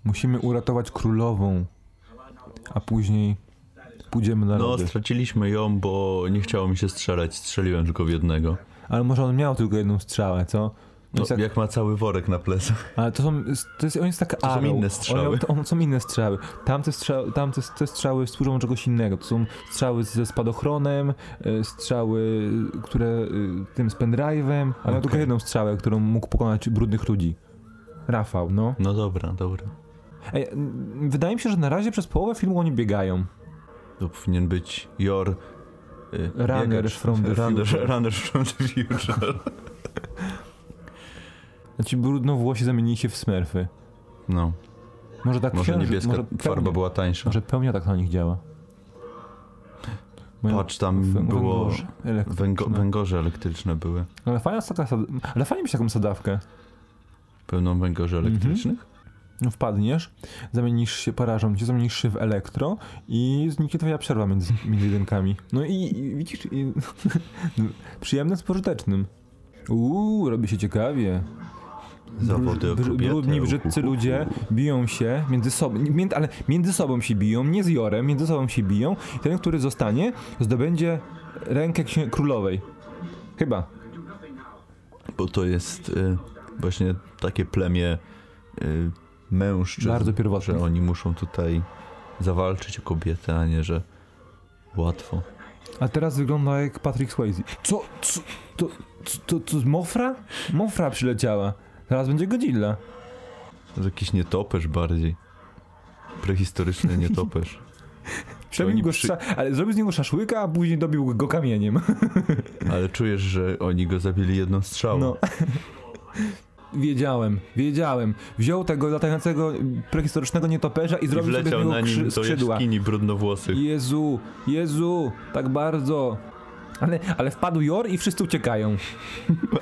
[SPEAKER 1] Musimy uratować królową, a później pójdziemy na
[SPEAKER 2] No
[SPEAKER 1] lody.
[SPEAKER 2] straciliśmy ją, bo nie chciało mi się strzelać. Strzeliłem tylko w jednego.
[SPEAKER 1] Ale może on miał tylko jedną strzałę, co?
[SPEAKER 2] No,
[SPEAKER 1] Jest tak-
[SPEAKER 2] Jak ma cały worek na plecach.
[SPEAKER 1] Ale to są, to jest, on jest tak
[SPEAKER 2] są
[SPEAKER 1] arrow.
[SPEAKER 2] inne
[SPEAKER 1] On,
[SPEAKER 2] strzały.
[SPEAKER 1] miał- to on, są inne strzały. Tamte, strzały, tamte te strzały służą czegoś innego. To są strzały ze spadochronem, e, strzały, e, które e, tym z pendrive'em. A miał tylko
[SPEAKER 2] Okej.
[SPEAKER 1] jedną strzałę, którą mógł pokonać brudnych ludzi. Rafał, no.
[SPEAKER 2] No dobra, dobra.
[SPEAKER 1] Ej, m, wydaje mi się, że na razie przez połowę filmu oni biegają.
[SPEAKER 2] To powinien być your... y,
[SPEAKER 1] Runner
[SPEAKER 2] biegacz.
[SPEAKER 1] from the
[SPEAKER 2] runner,
[SPEAKER 1] future.
[SPEAKER 2] Runner from the future.
[SPEAKER 1] Znaczy brudnowłosi zamienili się w smerfy. [LAUGHS]
[SPEAKER 2] No,
[SPEAKER 1] Może tak
[SPEAKER 2] może
[SPEAKER 1] księży-
[SPEAKER 2] niebieska farba
[SPEAKER 1] pełnia-
[SPEAKER 2] była tańsza.
[SPEAKER 1] Może pełnia tak na nich działa. Mają
[SPEAKER 2] Patrz, tam
[SPEAKER 1] wę-
[SPEAKER 2] było...
[SPEAKER 1] węgorze No. elektryczne.
[SPEAKER 2] Węgo, węgorze elektryczne były.
[SPEAKER 1] No, Ale fajna jest taka sad- Ale fajnie mieć taką sadawkę.
[SPEAKER 2] Pełną węgorzy
[SPEAKER 1] Mhm.
[SPEAKER 2] elektrycznych?
[SPEAKER 1] No Wpadniesz, zamienisz się, porażą cię, zamienisz się w elektro i zniknie twoja przerwa między, między jedynkami. No i, i widzisz, i, [LAUGHS] przyjemne z pożytecznym. Uuu, robi się ciekawie.
[SPEAKER 2] Zawody o
[SPEAKER 1] Br-
[SPEAKER 2] kobietę,
[SPEAKER 1] Brudni,
[SPEAKER 2] o
[SPEAKER 1] brzydcy
[SPEAKER 2] kuku.
[SPEAKER 1] ludzie biją się między sobą, mię- ale między sobą się biją, nie z Jorem, między sobą się biją i ten, który zostanie, zdobędzie rękę księ- królowej. Chyba.
[SPEAKER 2] Bo to jest y, właśnie takie plemię y, mężczyzn.
[SPEAKER 1] Bardzo pierwotne.
[SPEAKER 2] Że oni muszą tutaj zawalczyć o kobietę, a nie że łatwo.
[SPEAKER 1] A teraz wygląda jak Patrick Swayze. Co? Co? To, co, to, to Mofra? Mofra przyleciała. Teraz będzie Godzilla.
[SPEAKER 2] To jakiś nietoperz bardziej.
[SPEAKER 1] [LAUGHS]
[SPEAKER 2] Prehistoryczny nietoperz.
[SPEAKER 1] Przebił
[SPEAKER 2] oni
[SPEAKER 1] go
[SPEAKER 2] przy-
[SPEAKER 1] sza... Ale zrobił z niego szaszłyka, a później dobił go kamieniem. [LAUGHS]
[SPEAKER 2] Ale czujesz, że oni go zabili jedną strzałą.
[SPEAKER 1] No. Wiedziałem, wiedziałem. Wziął tego latającego prehistorycznego nietoperza i
[SPEAKER 2] I
[SPEAKER 1] zrobił sobie z
[SPEAKER 2] wleciał
[SPEAKER 1] niego
[SPEAKER 2] na nim
[SPEAKER 1] krzy-
[SPEAKER 2] do
[SPEAKER 1] skrzydła.
[SPEAKER 2] jaskini brudnowłosych.
[SPEAKER 1] Jezu, Jezu, tak bardzo. Ale, ale wpadł Jor i wszyscy uciekają.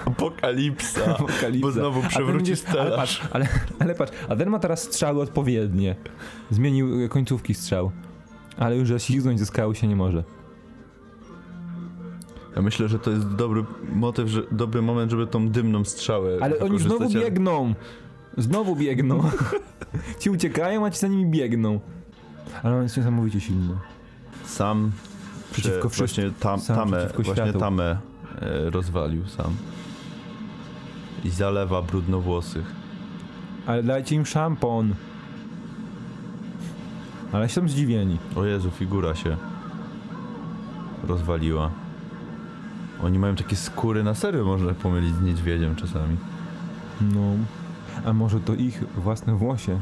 [SPEAKER 2] Apokalipsa.
[SPEAKER 1] Apokalipsa.
[SPEAKER 2] Bo znowu
[SPEAKER 1] A ten
[SPEAKER 2] przewróci
[SPEAKER 1] będzie- Ale
[SPEAKER 2] stelaż.
[SPEAKER 1] patrz, ale, ale patrz, a ten ma teraz strzały odpowiednie. Zmienił e, końcówki strzał. Ale już ślizgnąć ze skały się nie może.
[SPEAKER 2] Ja myślę, że to jest dobry motyw, że, dobry moment, żeby tą dymną strzałę
[SPEAKER 1] Ale oni
[SPEAKER 2] wykorzystać,
[SPEAKER 1] znowu
[SPEAKER 2] ale-
[SPEAKER 1] biegną! Znowu biegną! [LAUGHS] ci uciekają, a ci za nimi biegną. Ale on jest niesamowicie silny.
[SPEAKER 2] Sam
[SPEAKER 1] Przeciwko
[SPEAKER 2] przeciwko
[SPEAKER 1] wszystkim.
[SPEAKER 2] właśnie tam,
[SPEAKER 1] sam
[SPEAKER 2] tamę,
[SPEAKER 1] przeciwko
[SPEAKER 2] właśnie
[SPEAKER 1] światu.
[SPEAKER 2] tamę e, rozwalił sam. I zalewa brudnowłosych.
[SPEAKER 1] Ale dajcie im szampon. Ale są zdziwieni.
[SPEAKER 2] O Jezu, figura się rozwaliła. Oni mają takie skóry na serio, można pomylić z niedźwiedziem czasami.
[SPEAKER 1] No. A może to ich własne włosie?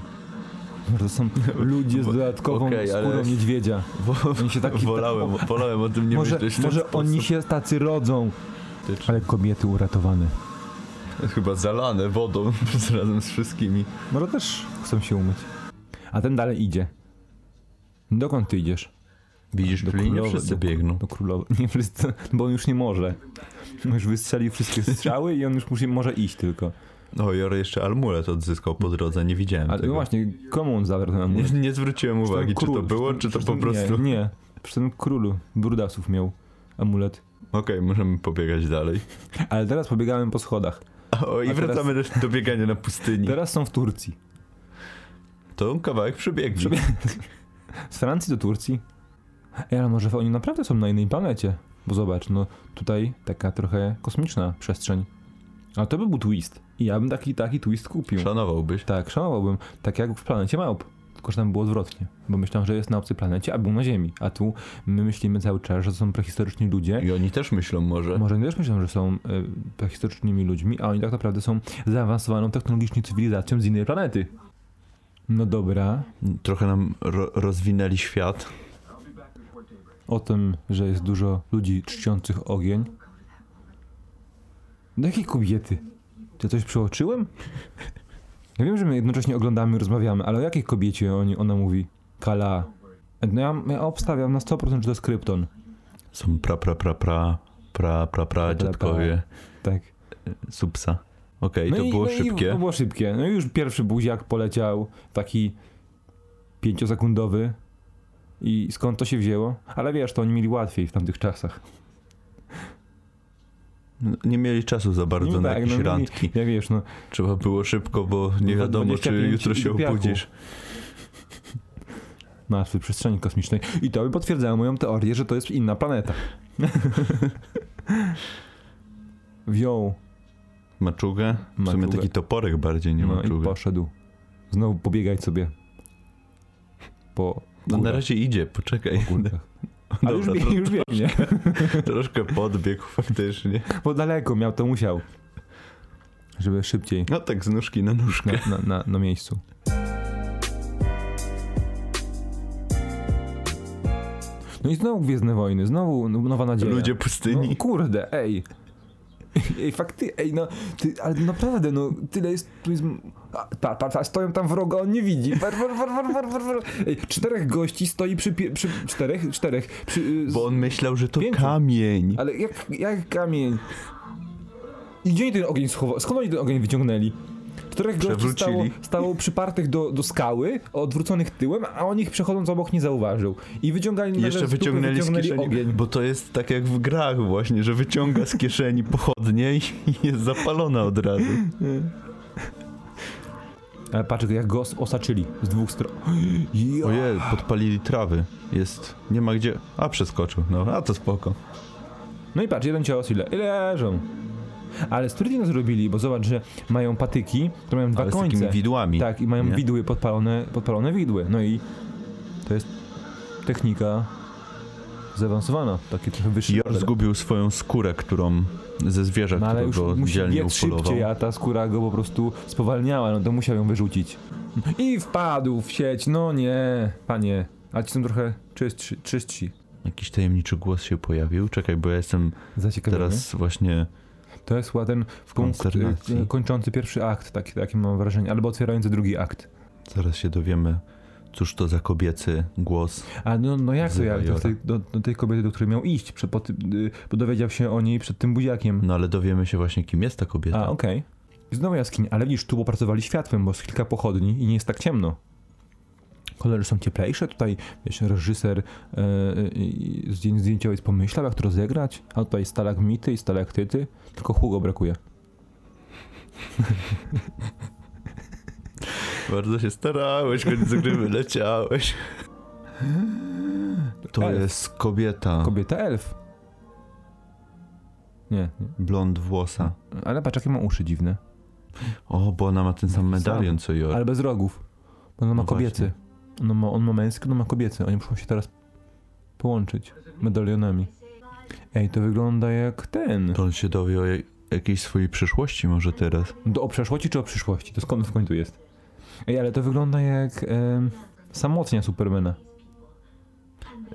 [SPEAKER 1] Może to
[SPEAKER 2] [LAUGHS]
[SPEAKER 1] są ludzie z dodatkową
[SPEAKER 2] okej, ale-
[SPEAKER 1] skórą niedźwiedzia.
[SPEAKER 2] Wo-
[SPEAKER 1] Oni się taki-
[SPEAKER 2] wolałem, tak- wolałem o tym nie
[SPEAKER 1] może
[SPEAKER 2] myśleć. w ten
[SPEAKER 1] może
[SPEAKER 2] sposób.
[SPEAKER 1] oni się tacy rodzą. Ale kobiety uratowane.
[SPEAKER 2] Chyba zalane wodą [LAUGHS] razem z wszystkimi.
[SPEAKER 1] Może też chcą się umyć. A ten dalej idzie. Dokąd ty idziesz?
[SPEAKER 2] Widzisz,
[SPEAKER 1] Do
[SPEAKER 2] czyli nie
[SPEAKER 1] królowej-
[SPEAKER 2] wszyscy
[SPEAKER 1] do-
[SPEAKER 2] biegną.
[SPEAKER 1] Do królowej. [LAUGHS] Nie wszyscy, bo on już nie może. On już wystrzelił wszystkie strzały i on już musi, może iść tylko.
[SPEAKER 2] O, Jor No, jeszcze amulet odzyskał po drodze, nie widziałem
[SPEAKER 1] Ale no
[SPEAKER 2] tego.
[SPEAKER 1] właśnie, komu on zabrał ten
[SPEAKER 2] Nie,
[SPEAKER 1] amulet?
[SPEAKER 2] nie zwróciłem
[SPEAKER 1] Przy tym
[SPEAKER 2] uwagi, czy
[SPEAKER 1] królu,
[SPEAKER 2] to
[SPEAKER 1] przy
[SPEAKER 2] było,
[SPEAKER 1] tym-
[SPEAKER 2] czy to
[SPEAKER 1] przy
[SPEAKER 2] po
[SPEAKER 1] tym-
[SPEAKER 2] prostu...
[SPEAKER 1] Nie, nie. przy tym królu brudasów miał amulet.
[SPEAKER 2] Okej, możemy pobiegać dalej.
[SPEAKER 1] Ale teraz pobiegałem po schodach.
[SPEAKER 2] O, i
[SPEAKER 1] A teraz-
[SPEAKER 2] wracamy do- do biegania na pustyni.
[SPEAKER 1] Teraz są w Turcji.
[SPEAKER 2] To kawałek przebiegli.
[SPEAKER 1] Przebie- Z Francji do Turcji. Ej, ale może oni naprawdę są na innej planecie? Bo zobacz, no tutaj taka trochę kosmiczna przestrzeń. A to by był twist. I ja bym taki, taki twist kupił.
[SPEAKER 2] Szanowałbyś.
[SPEAKER 1] Tak, szanowałbym. Tak jak w planecie małp. Tylko, że tam było odwrotnie. Bo myślałem, że jest na obcej planecie, a był na Ziemi. A tu my myślimy cały czas, że to są prehistoryczni ludzie.
[SPEAKER 2] I oni też myślą może.
[SPEAKER 1] Może oni też myślą, że są y, prehistorycznymi ludźmi, a oni tak naprawdę są zaawansowaną technologicznie cywilizacją z innej planety. No dobra,
[SPEAKER 2] Trochę nam ro- rozwinęli świat.
[SPEAKER 1] o tym, że jest dużo ludzi czciących ogień. Do jakiej kobiety? Czy ja coś przeoczyłem? Ja wiem, że my jednocześnie oglądamy i rozmawiamy, ale o jakiej kobiecie oni, ona mówi? Kala. No ja, ja obstawiam na 100%, że to jest krypton.
[SPEAKER 2] Są pra pra pra pra pra pra pra dziadkowie
[SPEAKER 1] Tak.
[SPEAKER 2] subsa. Okej, to było
[SPEAKER 1] No I,
[SPEAKER 2] szybkie.
[SPEAKER 1] to było szybkie. No i już pierwszy buziak poleciał, taki pięciosekundowy. I skąd to się wzięło? Ale wiesz, to oni mieli łatwiej w tamtych czasach.
[SPEAKER 2] Nie mieli czasu za bardzo
[SPEAKER 1] No
[SPEAKER 2] na
[SPEAKER 1] tak,
[SPEAKER 2] jakieś
[SPEAKER 1] no,
[SPEAKER 2] randki.
[SPEAKER 1] Ja wiesz, no
[SPEAKER 2] Trzeba było szybko, bo nie
[SPEAKER 1] Za
[SPEAKER 2] wiadomo, czy
[SPEAKER 1] 25
[SPEAKER 2] jutro się
[SPEAKER 1] do piachu.
[SPEAKER 2] obudzisz.
[SPEAKER 1] nazwy przestrzeni kosmicznej. I to by potwierdzało moją teorię, że to jest inna planeta. [LAUGHS] Wziął
[SPEAKER 2] Maczugę? W sumie
[SPEAKER 1] Maczugę.
[SPEAKER 2] taki toporek bardziej, nie
[SPEAKER 1] no, i
[SPEAKER 2] maczugę.
[SPEAKER 1] poszedł. Znowu pobiegać sobie po
[SPEAKER 2] No na
[SPEAKER 1] górach,
[SPEAKER 2] razie idzie, poczekaj. No
[SPEAKER 1] po
[SPEAKER 2] [LAUGHS]
[SPEAKER 1] górkach. Ale już,
[SPEAKER 2] Dobra,
[SPEAKER 1] bieg, już biegnie,
[SPEAKER 2] Troszkę podbiegł faktycznie.
[SPEAKER 1] bo daleko miał, to musiał. Żeby szybciej
[SPEAKER 2] No tak z nóżki na nóżkę.
[SPEAKER 1] na, na, na, na miejscu. No i znowu Gwiezdne Wojny, znowu no, Nowa Nadzieja.
[SPEAKER 2] Ludzie pustyni.
[SPEAKER 1] No, kurde, ej. Ej, fakty, ej, no, ty, ale naprawdę, no, tyle jest, tu jest, a, ta, ta, ta, stoją tam wroga, on nie widzi, war, war, war, war, war, war, war. Ej, czterech gości stoi przy, pie- przy czterech, czterech, przy, y, z,
[SPEAKER 2] Bo on myślał, że to
[SPEAKER 1] Pięciu.
[SPEAKER 2] kamień.
[SPEAKER 1] ale jak, jak kamień. I gdzie oni ten ogień schował, skąd oni ten ogień wyciągnęli? Czterech gości stało,
[SPEAKER 2] Przewrócili.
[SPEAKER 1] stało przypartych do, do skały, odwróconych tyłem, a on ich przechodząc obok nie zauważył. I wyciągali
[SPEAKER 2] I
[SPEAKER 1] nagle
[SPEAKER 2] jeszcze
[SPEAKER 1] z dupy
[SPEAKER 2] wyciągnęli z
[SPEAKER 1] wyciągnęli
[SPEAKER 2] kieszeni,
[SPEAKER 1] ogień.
[SPEAKER 2] bo to jest tak jak w grach właśnie, że wyciąga z kieszeni pochodnie i [LAUGHS] jest zapalona od razu.
[SPEAKER 1] Ale patrz, jak go os- osaczyli z dwóch stron. [GASPS] Ja.
[SPEAKER 2] Ojej, podpalili trawy. Jest, nie ma gdzie... A, przeskoczył. No, a to spoko.
[SPEAKER 1] No i patrz, jeden cios i le- i leżą. Ale Sturgeon zrobili, bo zobacz, że mają patyki, które mają dwa
[SPEAKER 2] Ale z
[SPEAKER 1] końce.
[SPEAKER 2] takimi widłami.
[SPEAKER 1] tak, i mają
[SPEAKER 2] nie?
[SPEAKER 1] widły, podpalone, podpalone widły. No i to jest technika zaawansowana, taki trochę wyższy
[SPEAKER 2] Jor
[SPEAKER 1] level.
[SPEAKER 2] zgubił swoją skórę, którą ze zwierzę,
[SPEAKER 1] No ale już
[SPEAKER 2] którego
[SPEAKER 1] musi
[SPEAKER 2] dzielnie
[SPEAKER 1] biec
[SPEAKER 2] upolował.
[SPEAKER 1] szybciej, a ta skóra go po prostu spowalniała, no to musiał ją wyrzucić. I wpadł w sieć, no nie, panie. A ci są trochę czystsi. czystsi.
[SPEAKER 2] Jakiś tajemniczy głos się pojawił. Czekaj, bo ja jestem
[SPEAKER 1] Zaciekawiony.
[SPEAKER 2] teraz właśnie...
[SPEAKER 1] To jest chyba ten w punkt,
[SPEAKER 2] Konsternacji.
[SPEAKER 1] y, kończący pierwszy akt, taki, takie mam wrażenie, albo otwierający drugi akt.
[SPEAKER 2] Zaraz się dowiemy, cóż to za kobiecy głos.
[SPEAKER 1] A no, no jak to
[SPEAKER 2] Wzywa
[SPEAKER 1] ja do
[SPEAKER 2] Jora.
[SPEAKER 1] tej, do, do tej kobiety, do której miał iść, przed, po, tym, y, bo dowiedział się o niej przed tym buziakiem.
[SPEAKER 2] No ale dowiemy się właśnie, kim jest ta kobieta.
[SPEAKER 1] A, okej. I znowu jaskinia, ale widzisz, tu popracowali światłem, bo jest kilka pochodni i nie jest tak ciemno. Kolory są cieplejsze, tutaj wiesz, reżyser e, e, zdjęć zdjęciowiec pomyślał, jak to rozegrać, a tutaj stalagmity i stalaktyty, tylko Hugo brakuje.
[SPEAKER 2] Bardzo się starałeś, koniec gry leciałeś. To
[SPEAKER 1] Elf.
[SPEAKER 2] jest kobieta,
[SPEAKER 1] Kobieta elf. Nie, nie.
[SPEAKER 2] blond włosa.
[SPEAKER 1] Ale patrz, jakie ma uszy dziwne.
[SPEAKER 2] O, bo ona ma ten sam medalion co Jor.
[SPEAKER 1] Ale bez rogów. Bo on ma
[SPEAKER 2] Tak. No
[SPEAKER 1] kobiecy. On ma, on ma męski, on ma kobiecy. Oni muszą się teraz połączyć medalionami. Ej, to wygląda jak ten.
[SPEAKER 2] To on się dowie o jak- jakiejś swojej przyszłości może teraz.
[SPEAKER 1] Do, o przeszłości czy o przyszłości? To skąd w końcu jest? Ej, ale to wygląda jak em, samotnia Supermana.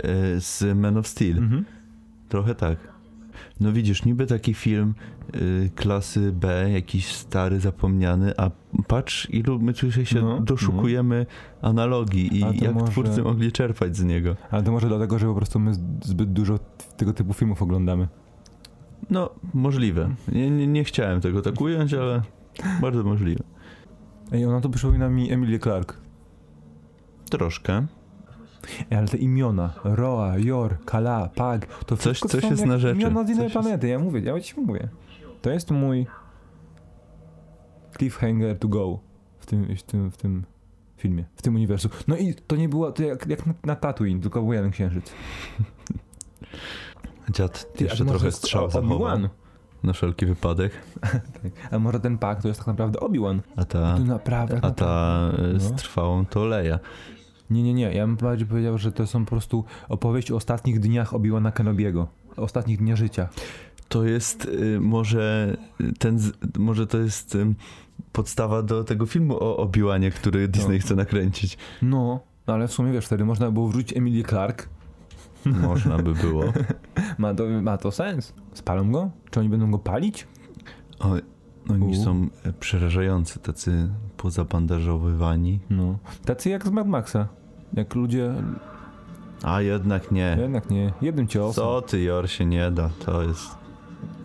[SPEAKER 2] E, z Man of Steel.
[SPEAKER 1] Mhm.
[SPEAKER 2] Trochę tak. No widzisz, niby taki film y, klasy B, jakiś stary, zapomniany, a patrz ilu my tu się
[SPEAKER 1] No,
[SPEAKER 2] doszukujemy analogii i
[SPEAKER 1] A to
[SPEAKER 2] jak
[SPEAKER 1] może-
[SPEAKER 2] twórcy mogli czerpać z niego.
[SPEAKER 1] Ale to może dlatego, że po prostu my z- zbyt dużo t- tego typu filmów oglądamy.
[SPEAKER 2] No, możliwe. Nie, nie, nie chciałem tego tak ująć, ale bardzo możliwe.
[SPEAKER 1] Ej, ona to przypomina mi Emilię Clark.
[SPEAKER 2] Troszkę.
[SPEAKER 1] Ej, ale te imiona. Roa, Jor, Kala, Pag. To wszystko
[SPEAKER 2] coś
[SPEAKER 1] są
[SPEAKER 2] jest
[SPEAKER 1] jak
[SPEAKER 2] na rzeczy.
[SPEAKER 1] Imiona z innej
[SPEAKER 2] Coś jest-
[SPEAKER 1] planety, ja mówię, ja ci mówię. To jest mój cliffhanger to go w tym, w tym, w tym filmie, w tym uniwersum. No i to nie było, to jak, jak na, na Tatooine, tylko był jeden księżyc.
[SPEAKER 2] Dziad
[SPEAKER 1] Ty, a
[SPEAKER 2] jeszcze
[SPEAKER 1] może
[SPEAKER 2] trochę
[SPEAKER 1] jest
[SPEAKER 2] strzał
[SPEAKER 1] Obi-
[SPEAKER 2] zachował.
[SPEAKER 1] Obi-Wan.
[SPEAKER 2] Na wszelki wypadek.
[SPEAKER 1] A może ten pak to jest tak naprawdę Obi-Wan?
[SPEAKER 2] A ta,
[SPEAKER 1] To naprawdę.
[SPEAKER 2] a ta y, z
[SPEAKER 1] No.
[SPEAKER 2] trwałą to Leja.
[SPEAKER 1] Nie, nie, nie. Ja bym bardziej powiedział, że to są po prostu opowieści o ostatnich dniach Obi-Wana Kenobiego. Ostatnich dniach życia.
[SPEAKER 2] To jest y, może y, ten, z- może to jest ym, podstawa do tego filmu o Obiłanie, który Disney chce nakręcić.
[SPEAKER 1] No, no ale w sumie wiesz, wtedy można było wrzucić Emilię Clark.
[SPEAKER 2] Można by było.
[SPEAKER 1] Ma to, ma to sens. Spalą go? Czy oni będą go palić?
[SPEAKER 2] [LAUGHS] O, oni
[SPEAKER 1] U.
[SPEAKER 2] są y, przerażający, tacy pozabandażowywani.
[SPEAKER 1] No. Tacy jak z Mad Maxa. Jak ludzie. no
[SPEAKER 2] A jednak nie.
[SPEAKER 1] Jednak nie. Jednym ciosem.
[SPEAKER 2] Co ty, Jor, się nie da. To jest...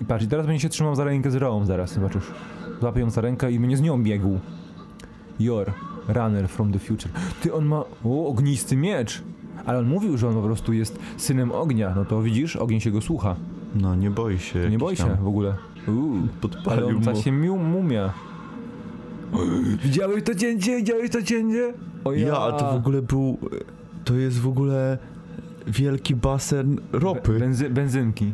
[SPEAKER 1] I patrz, i teraz będzie się trzymał za rękę z Roą zaraz, zobaczysz. Złapie ją za rękę i będzie z nią biegł. Your runner from the future. Ty, on ma o, ognisty miecz. Ale on mówił, że on po prostu jest synem ognia. No to widzisz, ogień się go słucha.
[SPEAKER 2] No, nie boi się.
[SPEAKER 1] Nie
[SPEAKER 2] jakiś
[SPEAKER 1] boi się
[SPEAKER 2] tam
[SPEAKER 1] w ogóle. Uuu. Ale
[SPEAKER 2] Podpalił
[SPEAKER 1] on ta
[SPEAKER 2] mu.
[SPEAKER 1] się miu, mumia. Widziałeś to cięcie? Widziałeś to cięcie? O
[SPEAKER 2] Ja, a to w ogóle był... To jest w ogóle wielki basen ropy.
[SPEAKER 1] Benzy, benzynki.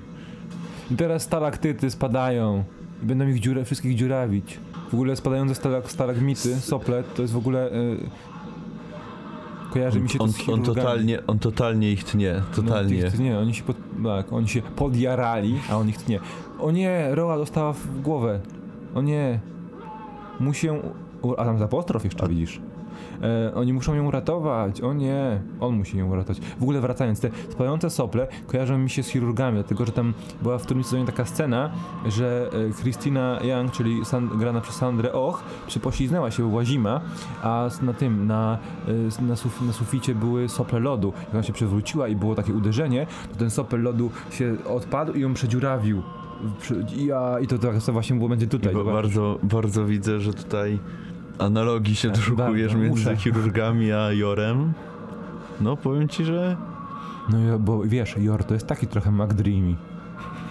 [SPEAKER 1] I teraz stalaktyty spadają. I będą ich dziurę, wszystkich dziurawić. W ogóle spadające stalak, stalagmity, soplet, to jest w ogóle... Y, kojarzy mi się to
[SPEAKER 2] on,
[SPEAKER 1] z
[SPEAKER 2] on,
[SPEAKER 1] chirurgami.
[SPEAKER 2] totalnie, on totalnie ich tnie, totalnie.
[SPEAKER 1] No, tych, nie, oni się, pod, tak, oni się podjarali, a on ich tnie. O nie, Roa dostała w głowę. O nie. Musi ją... u- A tam z apostrof jeszcze, widzisz. E, oni muszą ją uratować. O nie. On musi ją uratować. W ogóle wracając, te spalające sople kojarzą mi się z chirurgami, dlatego że tam była w którymś sezonie taka scena, że e, Christina Young, czyli San, grana przez Sandrę Och, przypośliznęła się, była zima, a s- na tym, na, e, na, suf, na suficie były sople lodu. Jak ona się przewróciła i było takie uderzenie, to ten sopel lodu się odpadł i ją przedziurawił. Prze- I, a, i to tak właśnie było, będzie tutaj.
[SPEAKER 2] Bo
[SPEAKER 1] zobacz.
[SPEAKER 2] bardzo, Tak, bardzo widzę, że tutaj analogii się doszukujesz
[SPEAKER 1] bardzo,
[SPEAKER 2] między
[SPEAKER 1] muszę.
[SPEAKER 2] chirurgami a Jorem. No powiem ci, że
[SPEAKER 1] No ja- bo wiesz, Jor to jest taki trochę McDreamy.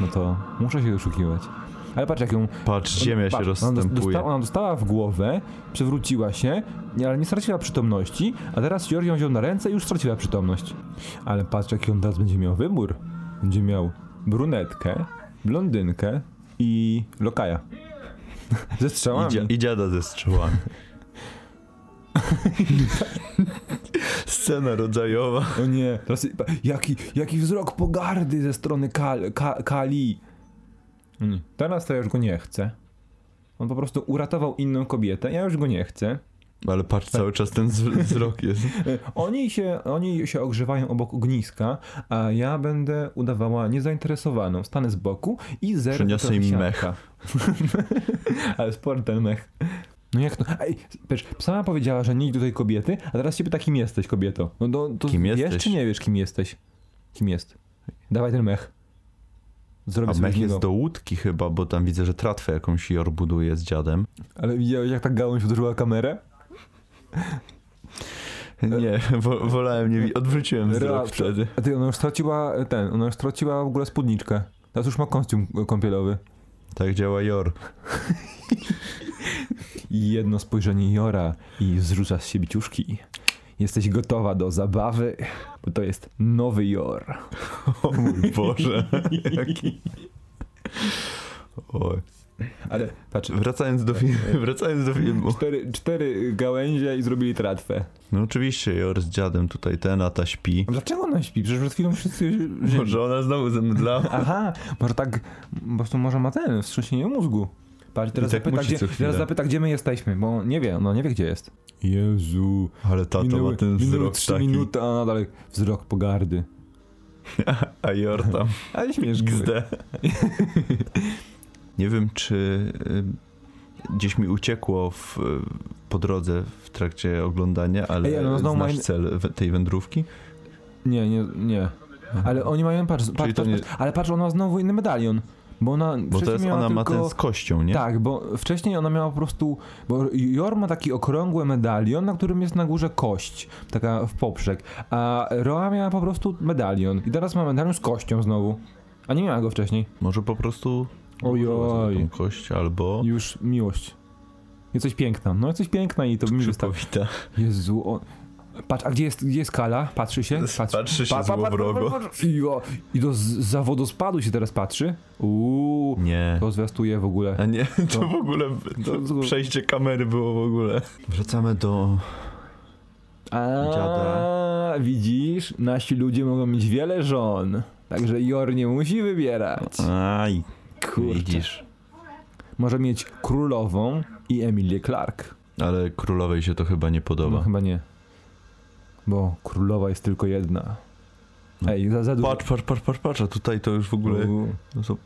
[SPEAKER 1] No to muszę się doszukiwać. Ale patrz jak ją...
[SPEAKER 2] patrz, ziemia się
[SPEAKER 1] patrz, Ona
[SPEAKER 2] rozstępuje.
[SPEAKER 1] dostała, ona dostała w głowę, przewróciła się, nie- ale nie straciła przytomności, a teraz Jor ją wziął na ręce i już straciła przytomność. Ale patrz jaki on teraz będzie miał wybór. Będzie miał brunetkę, blondynkę i lokaja. [LAUGHS] Ze
[SPEAKER 2] I,
[SPEAKER 1] strzałami.
[SPEAKER 2] dzia, I dziada ze strzałami. [LAUGHS] Scena rodzajowa.
[SPEAKER 1] O nie, teraz, jaki, jaki wzrok pogardy ze strony Kal, Ka, Kali. Mm, Teraz to ja już go nie chcę. On po prostu uratował inną kobietę, ja już go nie chcę.
[SPEAKER 2] Ale patrz, cały czas ten wz- wzrok [LAUGHS] jest.
[SPEAKER 1] Oni się, oni się ogrzewają obok ogniska, a ja będę udawała niezainteresowaną. Stanę z boku i zerwę
[SPEAKER 2] Przyniosę
[SPEAKER 1] to
[SPEAKER 2] im
[SPEAKER 1] sianka. [LAUGHS] Ale sport ten mech. No jak to? Ej, patrz, sama powiedziała, że nigdy tej kobiety, a teraz ciebie takim jesteś, kobieto. No to, to
[SPEAKER 2] Kim
[SPEAKER 1] wiesz
[SPEAKER 2] jesteś?
[SPEAKER 1] czy nie wiesz, kim jesteś? Kim jest? Dawaj ten mech. Zrobię
[SPEAKER 2] A
[SPEAKER 1] sobie
[SPEAKER 2] mech
[SPEAKER 1] z niego.
[SPEAKER 2] jest do łódki chyba, bo tam widzę, że tratwę jakąś Jor buduje z dziadem.
[SPEAKER 1] Ale widziałeś, jak ta gałąź uderzyła kamerę?
[SPEAKER 2] [LAUGHS] Nie, wo- wolałem nie... wi- Odwróciłem
[SPEAKER 1] Ra-
[SPEAKER 2] wzrok wtedy.
[SPEAKER 1] A ty, ona już straciła e, ten, ona już straciła w ogóle spódniczkę. Teraz już ma kostium e, kąpielowy.
[SPEAKER 2] Tak działa Jor.
[SPEAKER 1] I jedno spojrzenie Jora i zrzucasz z siebie ciuszki. Jesteś gotowa do zabawy, bo to jest nowy Jor.
[SPEAKER 2] O mój Boże. Jaki... Oj.
[SPEAKER 1] Ale patrz,
[SPEAKER 2] Wracając do, fi- wracając do filmu.
[SPEAKER 1] cztery, cztery gałęzie i zrobili tratwę.
[SPEAKER 2] No oczywiście Jor z dziadem tutaj ten, a ta śpi.
[SPEAKER 1] A Dlaczego ona śpi? Przecież przed chwilą wszyscy żyli.
[SPEAKER 2] Może ona znowu zemdlała.
[SPEAKER 1] Aha, może tak, po prostu może ma ten, wstrząśnienie mózgu. Patrz, teraz,
[SPEAKER 2] I tak
[SPEAKER 1] zapyta,
[SPEAKER 2] musi
[SPEAKER 1] gdzie,
[SPEAKER 2] co chwilę.
[SPEAKER 1] teraz zapyta, gdzie my jesteśmy, bo nie wie, no nie wie, gdzie jest. Jezu,
[SPEAKER 2] Ale tata ma ten wzrok
[SPEAKER 1] trzy
[SPEAKER 2] taki.
[SPEAKER 1] minuty, a nadal wzrok pogardy.
[SPEAKER 2] A Jor tam.
[SPEAKER 1] Ale śmiesz
[SPEAKER 2] Nie wiem, czy y, gdzieś mi uciekło w, y, po drodze w trakcie oglądania, ale
[SPEAKER 1] Ej, ale no znowu
[SPEAKER 2] znasz
[SPEAKER 1] ma-
[SPEAKER 2] cel we- tej wędrówki?
[SPEAKER 1] Nie, nie, nie. Ale oni mają, patrz, patrz,
[SPEAKER 2] to
[SPEAKER 1] patrz,
[SPEAKER 2] nie-
[SPEAKER 1] patrz ale patrz, ona ma znowu inny medalion. Bo ona
[SPEAKER 2] Bo
[SPEAKER 1] wcześniej
[SPEAKER 2] teraz
[SPEAKER 1] miała
[SPEAKER 2] ona ma
[SPEAKER 1] tylko...
[SPEAKER 2] ten z kością, nie?
[SPEAKER 1] Tak, bo wcześniej ona miała po prostu, bo Jor ma taki okrągły medalion, na którym jest na górze kość, taka w poprzek, a Roa miała po prostu medalion i teraz ma medalion z kością znowu, a nie miała go wcześniej.
[SPEAKER 2] Może po prostu użyła sobie
[SPEAKER 1] Ojoj,
[SPEAKER 2] tą kość albo
[SPEAKER 1] już miłość. Jesteś piękna, no jesteś piękna i to mi wystarczy.
[SPEAKER 2] przypowita.
[SPEAKER 1] Jezu, o... Patrz, a gdzie jest, gdzie jest Kala? Patrzy się?
[SPEAKER 2] [LAUGHS] Patrzy się złowrogo.
[SPEAKER 1] I, o, I do z- za wodospadu się teraz patrzy? Uuu,
[SPEAKER 2] Nie.
[SPEAKER 1] to zwiastuje w ogóle.
[SPEAKER 2] A nie, to w ogóle to
[SPEAKER 1] to-
[SPEAKER 2] przejście kamery było w ogóle. Wracamy do...
[SPEAKER 1] A,
[SPEAKER 2] Dziada.
[SPEAKER 1] widzisz, nasi ludzie mogą mieć wiele żon. Także Jor nie musi wybierać.
[SPEAKER 2] Aj,
[SPEAKER 1] Kurczę.
[SPEAKER 2] widzisz.
[SPEAKER 1] Może mieć królową i Emilię Clark.
[SPEAKER 2] Ale królowej się to chyba nie
[SPEAKER 1] No
[SPEAKER 2] podoba.
[SPEAKER 1] chyba nie. Bo królowa jest tylko jedna.
[SPEAKER 2] No.
[SPEAKER 1] Ej, za, za dużo.
[SPEAKER 2] Patrz, patrz, patrz, patrz, patrz, a tutaj to już w ogóle...
[SPEAKER 1] U.
[SPEAKER 2] No to...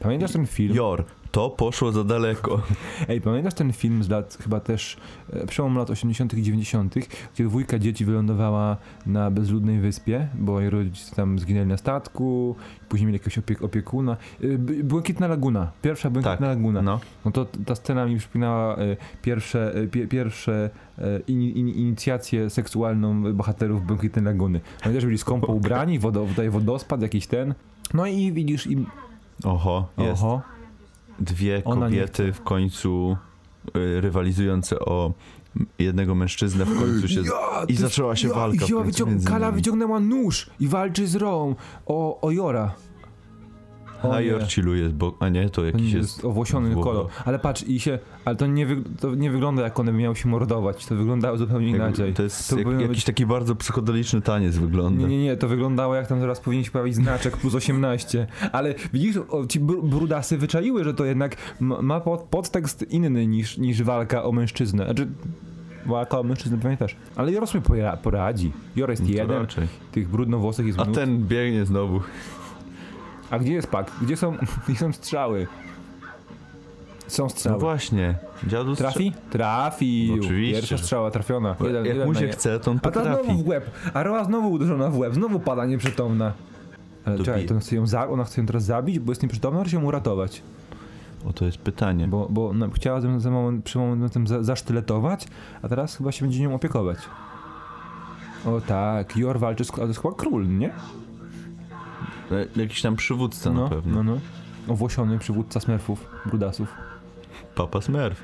[SPEAKER 1] Pamiętasz ten film?
[SPEAKER 2] Jor, to poszło za daleko.
[SPEAKER 1] Ej, pamiętasz ten film z lat chyba też e, przełom lat 80. i 90., gdzie dwójka dzieci wylądowała na bezludnej wyspie, bo jej rodzice tam zginęli na statku, później mieli jakiegoś opie- opiekuna. E, b- Błękitna Laguna, pierwsza Błękitna
[SPEAKER 2] Tak,
[SPEAKER 1] Laguna.
[SPEAKER 2] No.
[SPEAKER 1] No to t- ta scena mi przypominała e, pierwsze, e, pie, pierwsze e, in, in, inicjację seksualną bohaterów Błękitnej Laguny. Oni też byli skąpo ubrani, wodo, tutaj wodospad jakiś ten. No i widzisz im...
[SPEAKER 2] Oho, jest.
[SPEAKER 1] Oho,
[SPEAKER 2] Dwie
[SPEAKER 1] Ona nie
[SPEAKER 2] kobiety w końcu y, rywalizujące o m- jednego mężczyznę w końcu się... z- I zaczęła się walka w
[SPEAKER 1] Zioła
[SPEAKER 2] końcu między
[SPEAKER 1] Kala
[SPEAKER 2] nimi.
[SPEAKER 1] wyciągnęła nóż i walczy z Roą o, o Jora. O
[SPEAKER 2] A
[SPEAKER 1] nie.
[SPEAKER 2] Jor chilluje z boku, a nie, to
[SPEAKER 1] To
[SPEAKER 2] jakiś
[SPEAKER 1] nie
[SPEAKER 2] jest...
[SPEAKER 1] jest owłosiony
[SPEAKER 2] złoto.
[SPEAKER 1] kolor. Ale patrz, i się, ale to nie, wyg- to nie wygląda jak one miały się mordować. To wyglądało zupełnie inaczej.
[SPEAKER 2] Jakby, to jest
[SPEAKER 1] To
[SPEAKER 2] jak,
[SPEAKER 1] powinno
[SPEAKER 2] jakiś
[SPEAKER 1] być-
[SPEAKER 2] taki bardzo psychodeliczny taniec wygląda.
[SPEAKER 1] Nie, nie, nie, to wyglądało jak tam zaraz powinien się pojawić znaczek plus 18. Ale widzisz, o, ci br- brudasy wyczaiły, że to jednak ma, ma pod, podtekst inny niż, niż walka o mężczyznę. Znaczy, walka o mężczyznę pamiętasz. Ale Jor sobie pora- poradzi. Jor jest
[SPEAKER 2] No to
[SPEAKER 1] jeden,
[SPEAKER 2] raczej.
[SPEAKER 1] tych brudnowłosych jest
[SPEAKER 2] A
[SPEAKER 1] mnóstwo.
[SPEAKER 2] ten biegnie znowu.
[SPEAKER 1] A gdzie jest pak? Gdzie są, [LAUGHS] gdzie są strzały? Są
[SPEAKER 2] No
[SPEAKER 1] strzały.
[SPEAKER 2] właśnie, dziadu strze-
[SPEAKER 1] Trafi? Trafił.
[SPEAKER 2] No oczywiście,
[SPEAKER 1] Pierwsza
[SPEAKER 2] że-
[SPEAKER 1] strzała trafiona. Jeden,
[SPEAKER 2] Jak
[SPEAKER 1] jeden
[SPEAKER 2] mu
[SPEAKER 1] na
[SPEAKER 2] się
[SPEAKER 1] je-
[SPEAKER 2] chce, to on
[SPEAKER 1] A ta
[SPEAKER 2] potrafi.
[SPEAKER 1] znowu w łeb. A Roa znowu uderzona w łeb. Znowu pada nieprzytomna. Ale
[SPEAKER 2] To
[SPEAKER 1] czekaj,
[SPEAKER 2] bije.
[SPEAKER 1] to ona chce, ją za, ona chce ją teraz zabić, bo jest nieprzytomna, czy ją uratować?
[SPEAKER 2] O, to jest pytanie.
[SPEAKER 1] Bo, bo no, chciała za, za moment, przy momentem za, zasztyletować, a teraz chyba się będzie nią opiekować. O tak, Jor walczy z, ale to jest chyba król, nie?
[SPEAKER 2] E, Jakiś tam przywódca na
[SPEAKER 1] No,
[SPEAKER 2] pewno.
[SPEAKER 1] no, no. Owłosiony przywódca smerfów, brudasów.
[SPEAKER 2] Papa Smurf.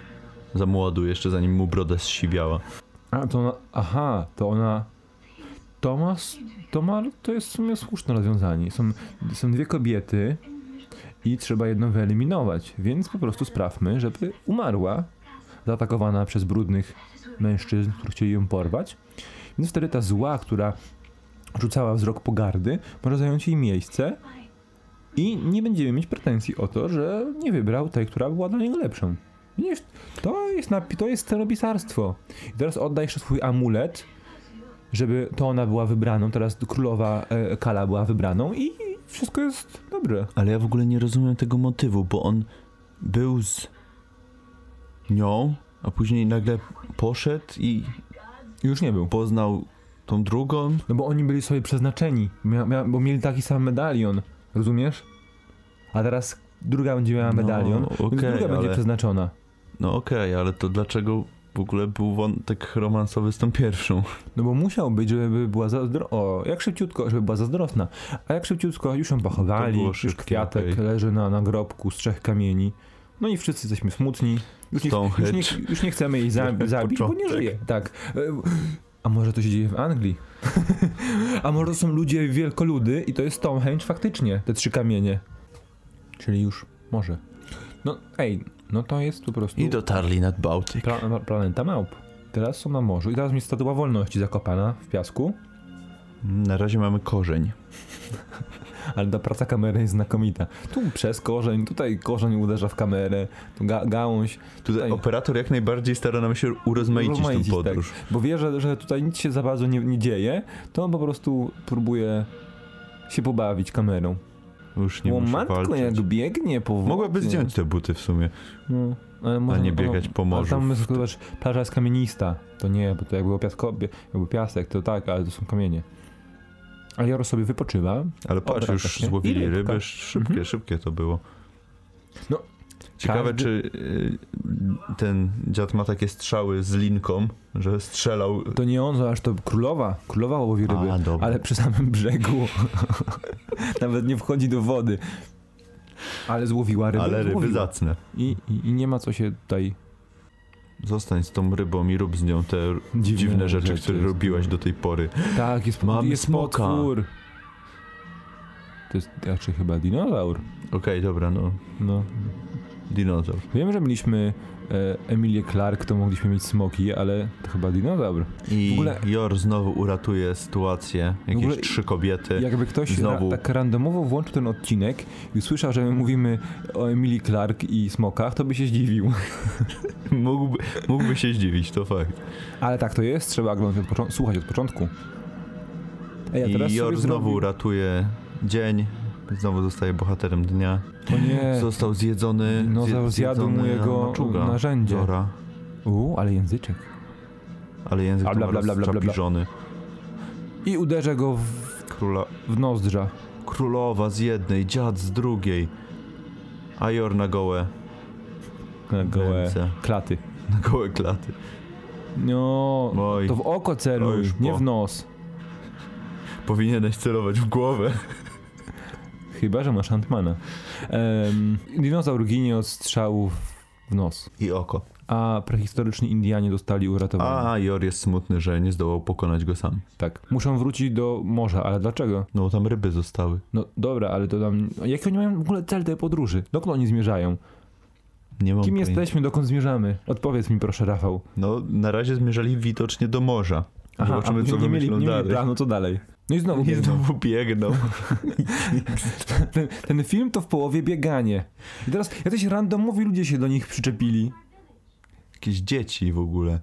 [SPEAKER 2] Za młodu jeszcze, zanim mu broda zsiwiała.
[SPEAKER 1] A, to ona, aha, to ona, to ma, s- to ma, to jest w sumie słuszne rozwiązanie. Są, są dwie kobiety i trzeba jedną wyeliminować, więc po prostu sprawmy, żeby umarła, zaatakowana przez brudnych mężczyzn, którzy chcieli ją porwać. Więc wtedy ta zła, która rzucała wzrok pogardy, może zająć jej miejsce i nie będziemy mieć pretensji o to, że nie wybrał tej, która była dla niego lepszą. Widzisz, to jest, napi- to jest scenopisarstwo. I teraz oddaj jeszcze swój amulet, żeby to ona była wybraną, teraz królowa e, Kala była wybraną i wszystko jest dobre.
[SPEAKER 2] Ale ja w ogóle nie rozumiem tego motywu, bo on był z nią, a później nagle poszedł i
[SPEAKER 1] Już nie był.
[SPEAKER 2] poznał tą drugą.
[SPEAKER 1] No bo oni byli sobie przeznaczeni, mia, mia, bo mieli taki sam medalion, rozumiesz? A teraz druga będzie miała
[SPEAKER 2] No,
[SPEAKER 1] medalion, więc
[SPEAKER 2] okej,
[SPEAKER 1] druga będzie
[SPEAKER 2] ale-
[SPEAKER 1] przeznaczona.
[SPEAKER 2] No okej, ale to dlaczego w ogóle był wątek romansowy z tą pierwszą?
[SPEAKER 1] No bo musiał być, żeby była zazdro... O, jak szybciutko, żeby była zazdrosna. A jak szybciutko, już ją
[SPEAKER 2] To
[SPEAKER 1] pochowali,
[SPEAKER 2] było
[SPEAKER 1] już
[SPEAKER 2] szybkie,
[SPEAKER 1] kwiatek
[SPEAKER 2] okej.
[SPEAKER 1] leży na nagrobku z trzech kamieni. No i wszyscy jesteśmy smutni. Już nie, już
[SPEAKER 2] Stonehenge.
[SPEAKER 1] nie, już nie chcemy jej za,
[SPEAKER 2] [LAUGHS]
[SPEAKER 1] zabić, bo nie
[SPEAKER 2] Początek.
[SPEAKER 1] żyje. Tak. E, A może to się dzieje w Anglii? [LAUGHS] A może to są ludzie wielkoludy i to jest Stonehenge faktycznie, te trzy kamienie. Czyli już może. No ej, no to jest po prostu...
[SPEAKER 2] I dotarli nad Bałtyk.
[SPEAKER 1] Pla- no, planeta małp. Teraz są na morzu i teraz mi statua wolności zakopana w piasku.
[SPEAKER 2] Na razie mamy korzeń.
[SPEAKER 1] Ale ta praca kamery jest znakomita. Tu przez korzeń, tutaj korzeń uderza w kamerę, tu ga gałąź.
[SPEAKER 2] Tutaj operator jak najbardziej stara nam się urozmaicić,
[SPEAKER 1] rozmaicić,
[SPEAKER 2] tą podróż.
[SPEAKER 1] Tak, bo wie, że, że tutaj nic się za bardzo nie, nie dzieje, to on po prostu próbuje się pobawić kamerą.
[SPEAKER 2] Już nie
[SPEAKER 1] Nie
[SPEAKER 2] muszę
[SPEAKER 1] matko,
[SPEAKER 2] walczyć.
[SPEAKER 1] jak biegnie powoli.
[SPEAKER 2] Mogłaby zdjąć te buty w sumie.
[SPEAKER 1] No, ale może-
[SPEAKER 2] nie biegać
[SPEAKER 1] no,
[SPEAKER 2] po morzu.
[SPEAKER 1] Ale tam jest, zobacz, plaża jest kamienista. To nie, bo to jak było piasko, bie- jakby piasek, to tak, ale to są kamienie. A Jaro sobie wypoczywa.
[SPEAKER 2] Ale patrz,
[SPEAKER 1] Operator,
[SPEAKER 2] już
[SPEAKER 1] nie? I
[SPEAKER 2] złowili
[SPEAKER 1] rybka.
[SPEAKER 2] ryby, szybkie, szybkie to było.
[SPEAKER 1] Mhm. No,
[SPEAKER 2] Ciekawe,
[SPEAKER 1] każdy-
[SPEAKER 2] czy y, ten dziad ma takie strzały z linką, że strzelał.
[SPEAKER 1] To nie on, zobacz, to królowa. Królowa łowi ryby,
[SPEAKER 2] A, dobra.
[SPEAKER 1] ale przy samym brzegu. [LAUGHS] Nawet nie wchodzi do wody. Ale złowiła ryby.
[SPEAKER 2] ale ryby
[SPEAKER 1] złowiła.
[SPEAKER 2] zacne.
[SPEAKER 1] I, i, I nie ma co się tutaj...
[SPEAKER 2] Zostań z tą rybą i rób z nią te r- dziwne, rzeczy, które robiłaś do tej pory.
[SPEAKER 1] Tak, jest,
[SPEAKER 2] Mamy
[SPEAKER 1] jest
[SPEAKER 2] smoka.
[SPEAKER 1] potwór. To jest raczej chyba dinozaur.
[SPEAKER 2] Okej, dobra, no.
[SPEAKER 1] No.
[SPEAKER 2] Dinozaur.
[SPEAKER 1] Wiem, że mieliśmy e, Emilię Clark, to mogliśmy mieć smoki, ale to chyba dinozaur.
[SPEAKER 2] I
[SPEAKER 1] W ogóle-
[SPEAKER 2] Jor znowu uratuje sytuację. Jakieś
[SPEAKER 1] ogóle-
[SPEAKER 2] trzy kobiety.
[SPEAKER 1] Jakby ktoś
[SPEAKER 2] E, Znowu.
[SPEAKER 1] Ra, tak randomowo włączył ten odcinek i słyszał, że my mówimy o Emilii Clark i smokach, to by się zdziwił.
[SPEAKER 2] [LAUGHS]
[SPEAKER 1] [LAUGHS]
[SPEAKER 2] Mógłby, mógłby się zdziwić, to fakt.
[SPEAKER 1] Ale tak to jest, trzeba oglądać od początku, słuchać od początku. Ej, a teraz
[SPEAKER 2] I
[SPEAKER 1] sobie
[SPEAKER 2] Jor znowu
[SPEAKER 1] zrobił-
[SPEAKER 2] uratuje dzień. Znowu zostaje bohaterem dnia.
[SPEAKER 1] O nie,
[SPEAKER 2] Został zjedzony.
[SPEAKER 1] E, Dinozaur zjadł mu
[SPEAKER 2] zjedzony
[SPEAKER 1] jego
[SPEAKER 2] maczuga
[SPEAKER 1] narzędzie.
[SPEAKER 2] Jora.
[SPEAKER 1] U, ale języczek.
[SPEAKER 2] Ale język
[SPEAKER 1] A,
[SPEAKER 2] bla,
[SPEAKER 1] bla, bla, bla, bla, bla. I uderzę go w,
[SPEAKER 2] Króla,
[SPEAKER 1] w nozdrza.
[SPEAKER 2] królowa z jednej, dziad z drugiej. A Jor na gołe, [LAUGHS]
[SPEAKER 1] Na gołe
[SPEAKER 2] Ręce.
[SPEAKER 1] klaty.
[SPEAKER 2] na gołe klaty.
[SPEAKER 1] No,
[SPEAKER 2] Oj.
[SPEAKER 1] to w oko
[SPEAKER 2] Oj,
[SPEAKER 1] celuj,
[SPEAKER 2] już
[SPEAKER 1] nie
[SPEAKER 2] po.
[SPEAKER 1] w nos.
[SPEAKER 2] Powinieneś celować w głowę.
[SPEAKER 1] Chyba, że masz Antmana. Um, dinozaur ginie od strzałów w nos,
[SPEAKER 2] I oko.
[SPEAKER 1] a prehistoryczni Indianie dostali uratowanie.
[SPEAKER 2] A Jor jest smutny, że nie zdołał pokonać go sam.
[SPEAKER 1] Tak. Muszą wrócić do morza, ale dlaczego?
[SPEAKER 2] No bo tam ryby zostały.
[SPEAKER 1] No dobra, ale to tam... Jaki oni mają w ogóle cel tej podróży? Dokąd oni zmierzają?
[SPEAKER 2] Nie mam
[SPEAKER 1] Kim
[SPEAKER 2] pojęcia.
[SPEAKER 1] jesteśmy, dokąd zmierzamy? Odpowiedz mi proszę, Rafał.
[SPEAKER 2] No, na razie zmierzali widocznie do morza. Zobaczymy,
[SPEAKER 1] a nie mieli,
[SPEAKER 2] co wymyślą
[SPEAKER 1] nie mieli
[SPEAKER 2] dalej.
[SPEAKER 1] planu, co dalej? No i znowu,
[SPEAKER 2] [LAUGHS] I
[SPEAKER 1] biegną.
[SPEAKER 2] znowu biegną.
[SPEAKER 1] ten, ten film to w połowie bieganie. I teraz jacyś randomowi ludzie się do nich przyczepili.
[SPEAKER 2] Jakieś dzieci w ogóle.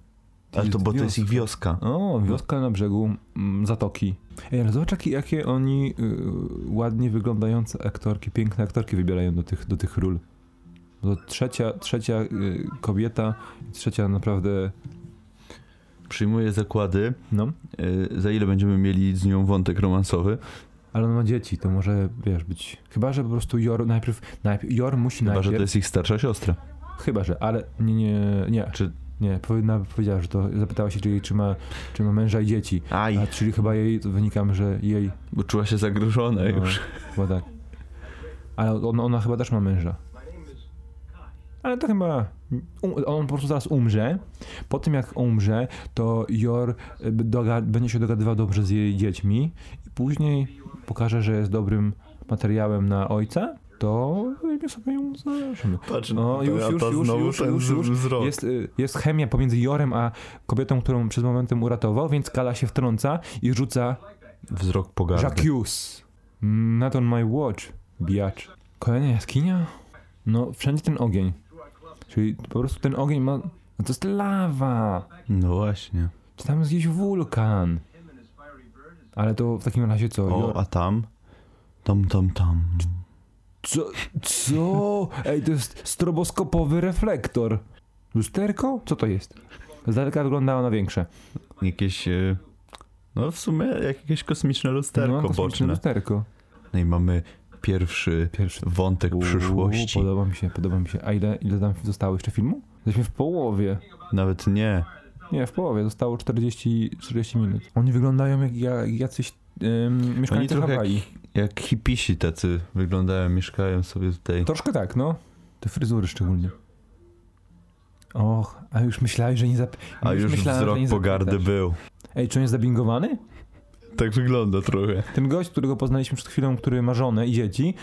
[SPEAKER 2] Ale to, bo to jest ich wioska.
[SPEAKER 1] O, wioska na brzegu mm, zatoki. Ej, ale zobacz jakie, jakie oni y, ładnie wyglądające aktorki, piękne aktorki wybierają do tych, do tych ról. To trzecia, trzecia y, kobieta, trzecia naprawdę,
[SPEAKER 2] Przyjmuję zakłady,
[SPEAKER 1] no.
[SPEAKER 2] y, za ile będziemy mieli z nią wątek romansowy.
[SPEAKER 1] Ale on ma dzieci, to może, wiesz, być... Chyba, że po prostu Jor najpierw... najpierw Jor musi
[SPEAKER 2] Chyba,
[SPEAKER 1] najpierw...
[SPEAKER 2] że to jest ich starsza siostra.
[SPEAKER 1] Chyba, że, ale nie, nie, nie.
[SPEAKER 2] Czy-
[SPEAKER 1] Nie, powinna, powiedziała, że to... Zapytała się, czy, jej, czy, ma, czy ma męża i dzieci.
[SPEAKER 2] Aj,
[SPEAKER 1] A, czyli chyba jej, to wynikam, że jej...
[SPEAKER 2] bo czuła się zagrożona
[SPEAKER 1] No,
[SPEAKER 2] już.
[SPEAKER 1] Chyba tak. Ale on, ona chyba też ma męża. Ale to chyba. Um, on po prostu zaraz umrze. Po tym jak umrze, to Jor y, doga- będzie się dogadywał dobrze z jej dziećmi i później pokaże, że jest dobrym materiałem na ojca. to weźmy sobie ją znaleźliśmy.
[SPEAKER 2] Patrz,
[SPEAKER 1] No, już,
[SPEAKER 2] a
[SPEAKER 1] już,
[SPEAKER 2] to
[SPEAKER 1] już,
[SPEAKER 2] znowu
[SPEAKER 1] już,
[SPEAKER 2] ten
[SPEAKER 1] już, już.
[SPEAKER 2] wzrok.
[SPEAKER 1] Jest, y, jest chemia pomiędzy Jorem a kobietą, którą przed momentem uratował, więc Kala się wtrąca i rzuca
[SPEAKER 2] Wzrok pogardy.
[SPEAKER 1] Jacques. Mm, Not on my watch, biacz. Kolejna jaskinia? No, wszędzie ten ogień. Czyli po prostu ten ogień ma... No to jest lawa!
[SPEAKER 2] No właśnie.
[SPEAKER 1] Czy tam jest jakiś wulkan? Ale to w takim razie co?
[SPEAKER 2] O,
[SPEAKER 1] Jor-
[SPEAKER 2] a tam? Tam, tam, tam.
[SPEAKER 1] Co? Co? Ej, to jest stroboskopowy reflektor. Lusterko? Co to jest? Z daleka wyglądało na większe.
[SPEAKER 2] Jakieś... e, No w sumie jak jakieś kosmiczne lusterko
[SPEAKER 1] no, kosmiczne
[SPEAKER 2] boczne.
[SPEAKER 1] lusterko.
[SPEAKER 2] No i mamy pierwszy,
[SPEAKER 1] Pierwszy.
[SPEAKER 2] wątek przyszłości.
[SPEAKER 1] Uuu, podoba mi się, podoba mi się. A ile, ile tam zostało jeszcze filmu? Jesteśmy w połowie.
[SPEAKER 2] Nawet nie.
[SPEAKER 1] Nie, w połowie. Zostało 40, 40 minut. Oni wyglądają jak ja- jacyś ym,
[SPEAKER 2] Oni
[SPEAKER 1] mieszkańcy
[SPEAKER 2] trochę jak,
[SPEAKER 1] Hawaii.
[SPEAKER 2] jak hipisi tacy wyglądają, mieszkają sobie tutaj.
[SPEAKER 1] Troszkę tak, no. Te fryzury szczególnie. Och, a już myślałeś, że nie zap...
[SPEAKER 2] A już
[SPEAKER 1] myślałem, że
[SPEAKER 2] wzrok
[SPEAKER 1] nie
[SPEAKER 2] pogardy
[SPEAKER 1] zapytasz.
[SPEAKER 2] był.
[SPEAKER 1] Ej, czy on jest zabingowany?
[SPEAKER 2] Tak wygląda trochę.
[SPEAKER 1] Ten gość, którego poznaliśmy przed chwilą, który ma żonę i dzieci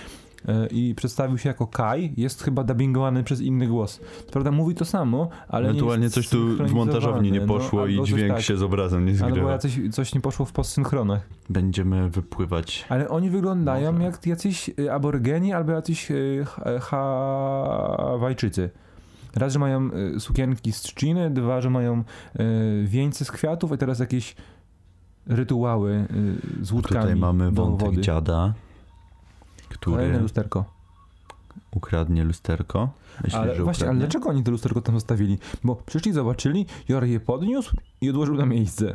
[SPEAKER 1] e, i przedstawił się jako Kai, jest chyba dubbingowany przez inny głos. Co prawda mówi to samo, ale nie
[SPEAKER 2] Ewentualnie
[SPEAKER 1] jest
[SPEAKER 2] coś tu w montażowni nie
[SPEAKER 1] zsynchronizowane.
[SPEAKER 2] poszło
[SPEAKER 1] albo
[SPEAKER 2] i
[SPEAKER 1] coś
[SPEAKER 2] dźwięk
[SPEAKER 1] tak,
[SPEAKER 2] się z obrazem nie
[SPEAKER 1] Albo
[SPEAKER 2] zgrywa.
[SPEAKER 1] jacyś, coś nie poszło w postsynchronach.
[SPEAKER 2] Będziemy wypływać.
[SPEAKER 1] Ale oni wyglądają jak jacyś y, aborygeni albo jacyś y, ha- Hawajczycy. Raz, że mają y, sukienki z trzciny, dwa, że mają y, wieńce z kwiatów, a teraz jakieś rytuały y, z łódkami
[SPEAKER 2] Tutaj mamy
[SPEAKER 1] do
[SPEAKER 2] wątek
[SPEAKER 1] wody. no-
[SPEAKER 2] dziada,
[SPEAKER 1] Kolejne
[SPEAKER 2] który
[SPEAKER 1] lusterko.
[SPEAKER 2] ukradnie lusterko. Myślisz,
[SPEAKER 1] Ale
[SPEAKER 2] że
[SPEAKER 1] właśnie, ale
[SPEAKER 2] ukradnie?
[SPEAKER 1] dlaczego oni to lusterko tam zostawili? Bo przyszli, zobaczyli, Jor je podniósł i odłożył na miejsce.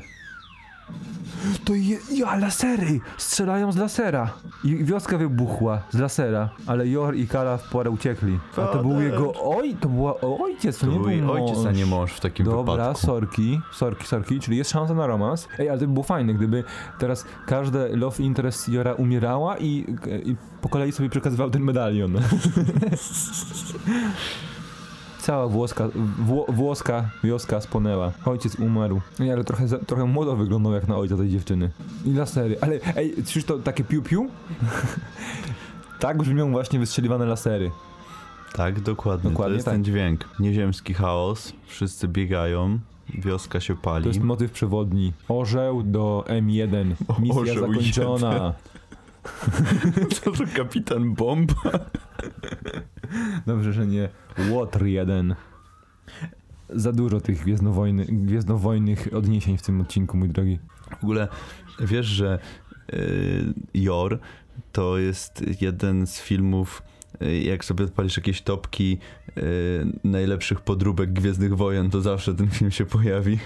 [SPEAKER 1] To je, ja, lasery! Strzelają z lasera! I wioska wybuchła z lasera, ale Jor i Kala w porę uciekli. A to był
[SPEAKER 2] Fader.
[SPEAKER 1] jego oj, to była o- ojciec, to
[SPEAKER 2] To
[SPEAKER 1] nie
[SPEAKER 2] był
[SPEAKER 1] był
[SPEAKER 2] jej
[SPEAKER 1] mąż.
[SPEAKER 2] ojciec, a nie mąż w takim
[SPEAKER 1] Dobra,
[SPEAKER 2] wypadku.
[SPEAKER 1] sorki, sorki, sorki, czyli jest szansa na romans. Ej, ale to by było fajne, gdyby teraz każde love interest Jora umierała i, i po kolei sobie przekazywał ten
[SPEAKER 2] [LAUGHS]
[SPEAKER 1] medalion. Cała włoska, wło, włoska wioska spłonęła. Ojciec umarł. Ej, ale trochę, za- trochę młodo wyglądał jak na ojca tej dziewczyny. I lasery, ale ej, czyż to takie piu-piu? [LAUGHS] tak brzmią właśnie wystrzeliwane lasery.
[SPEAKER 2] Tak, dokładnie.
[SPEAKER 1] Dokładnie
[SPEAKER 2] to jest
[SPEAKER 1] tak.
[SPEAKER 2] ten dźwięk. Nieziemski chaos, wszyscy biegają, wioska się pali.
[SPEAKER 1] To jest motyw przewodni. Orzeł do M1. Misja
[SPEAKER 2] Orzeł
[SPEAKER 1] zakończona.
[SPEAKER 2] [LAUGHS] to, to kapitan bomb.
[SPEAKER 1] Dobrze, że nie Łotr 1. Za dużo tych gwiezdnowojny, gwiezdnowojnych odniesień w tym odcinku, mój drogi.
[SPEAKER 2] W ogóle wiesz, że y, Jor to jest jeden z filmów, y, jak sobie odpalisz jakieś topki y, najlepszych podróbek Gwiezdnych Wojen, to zawsze ten film się pojawi.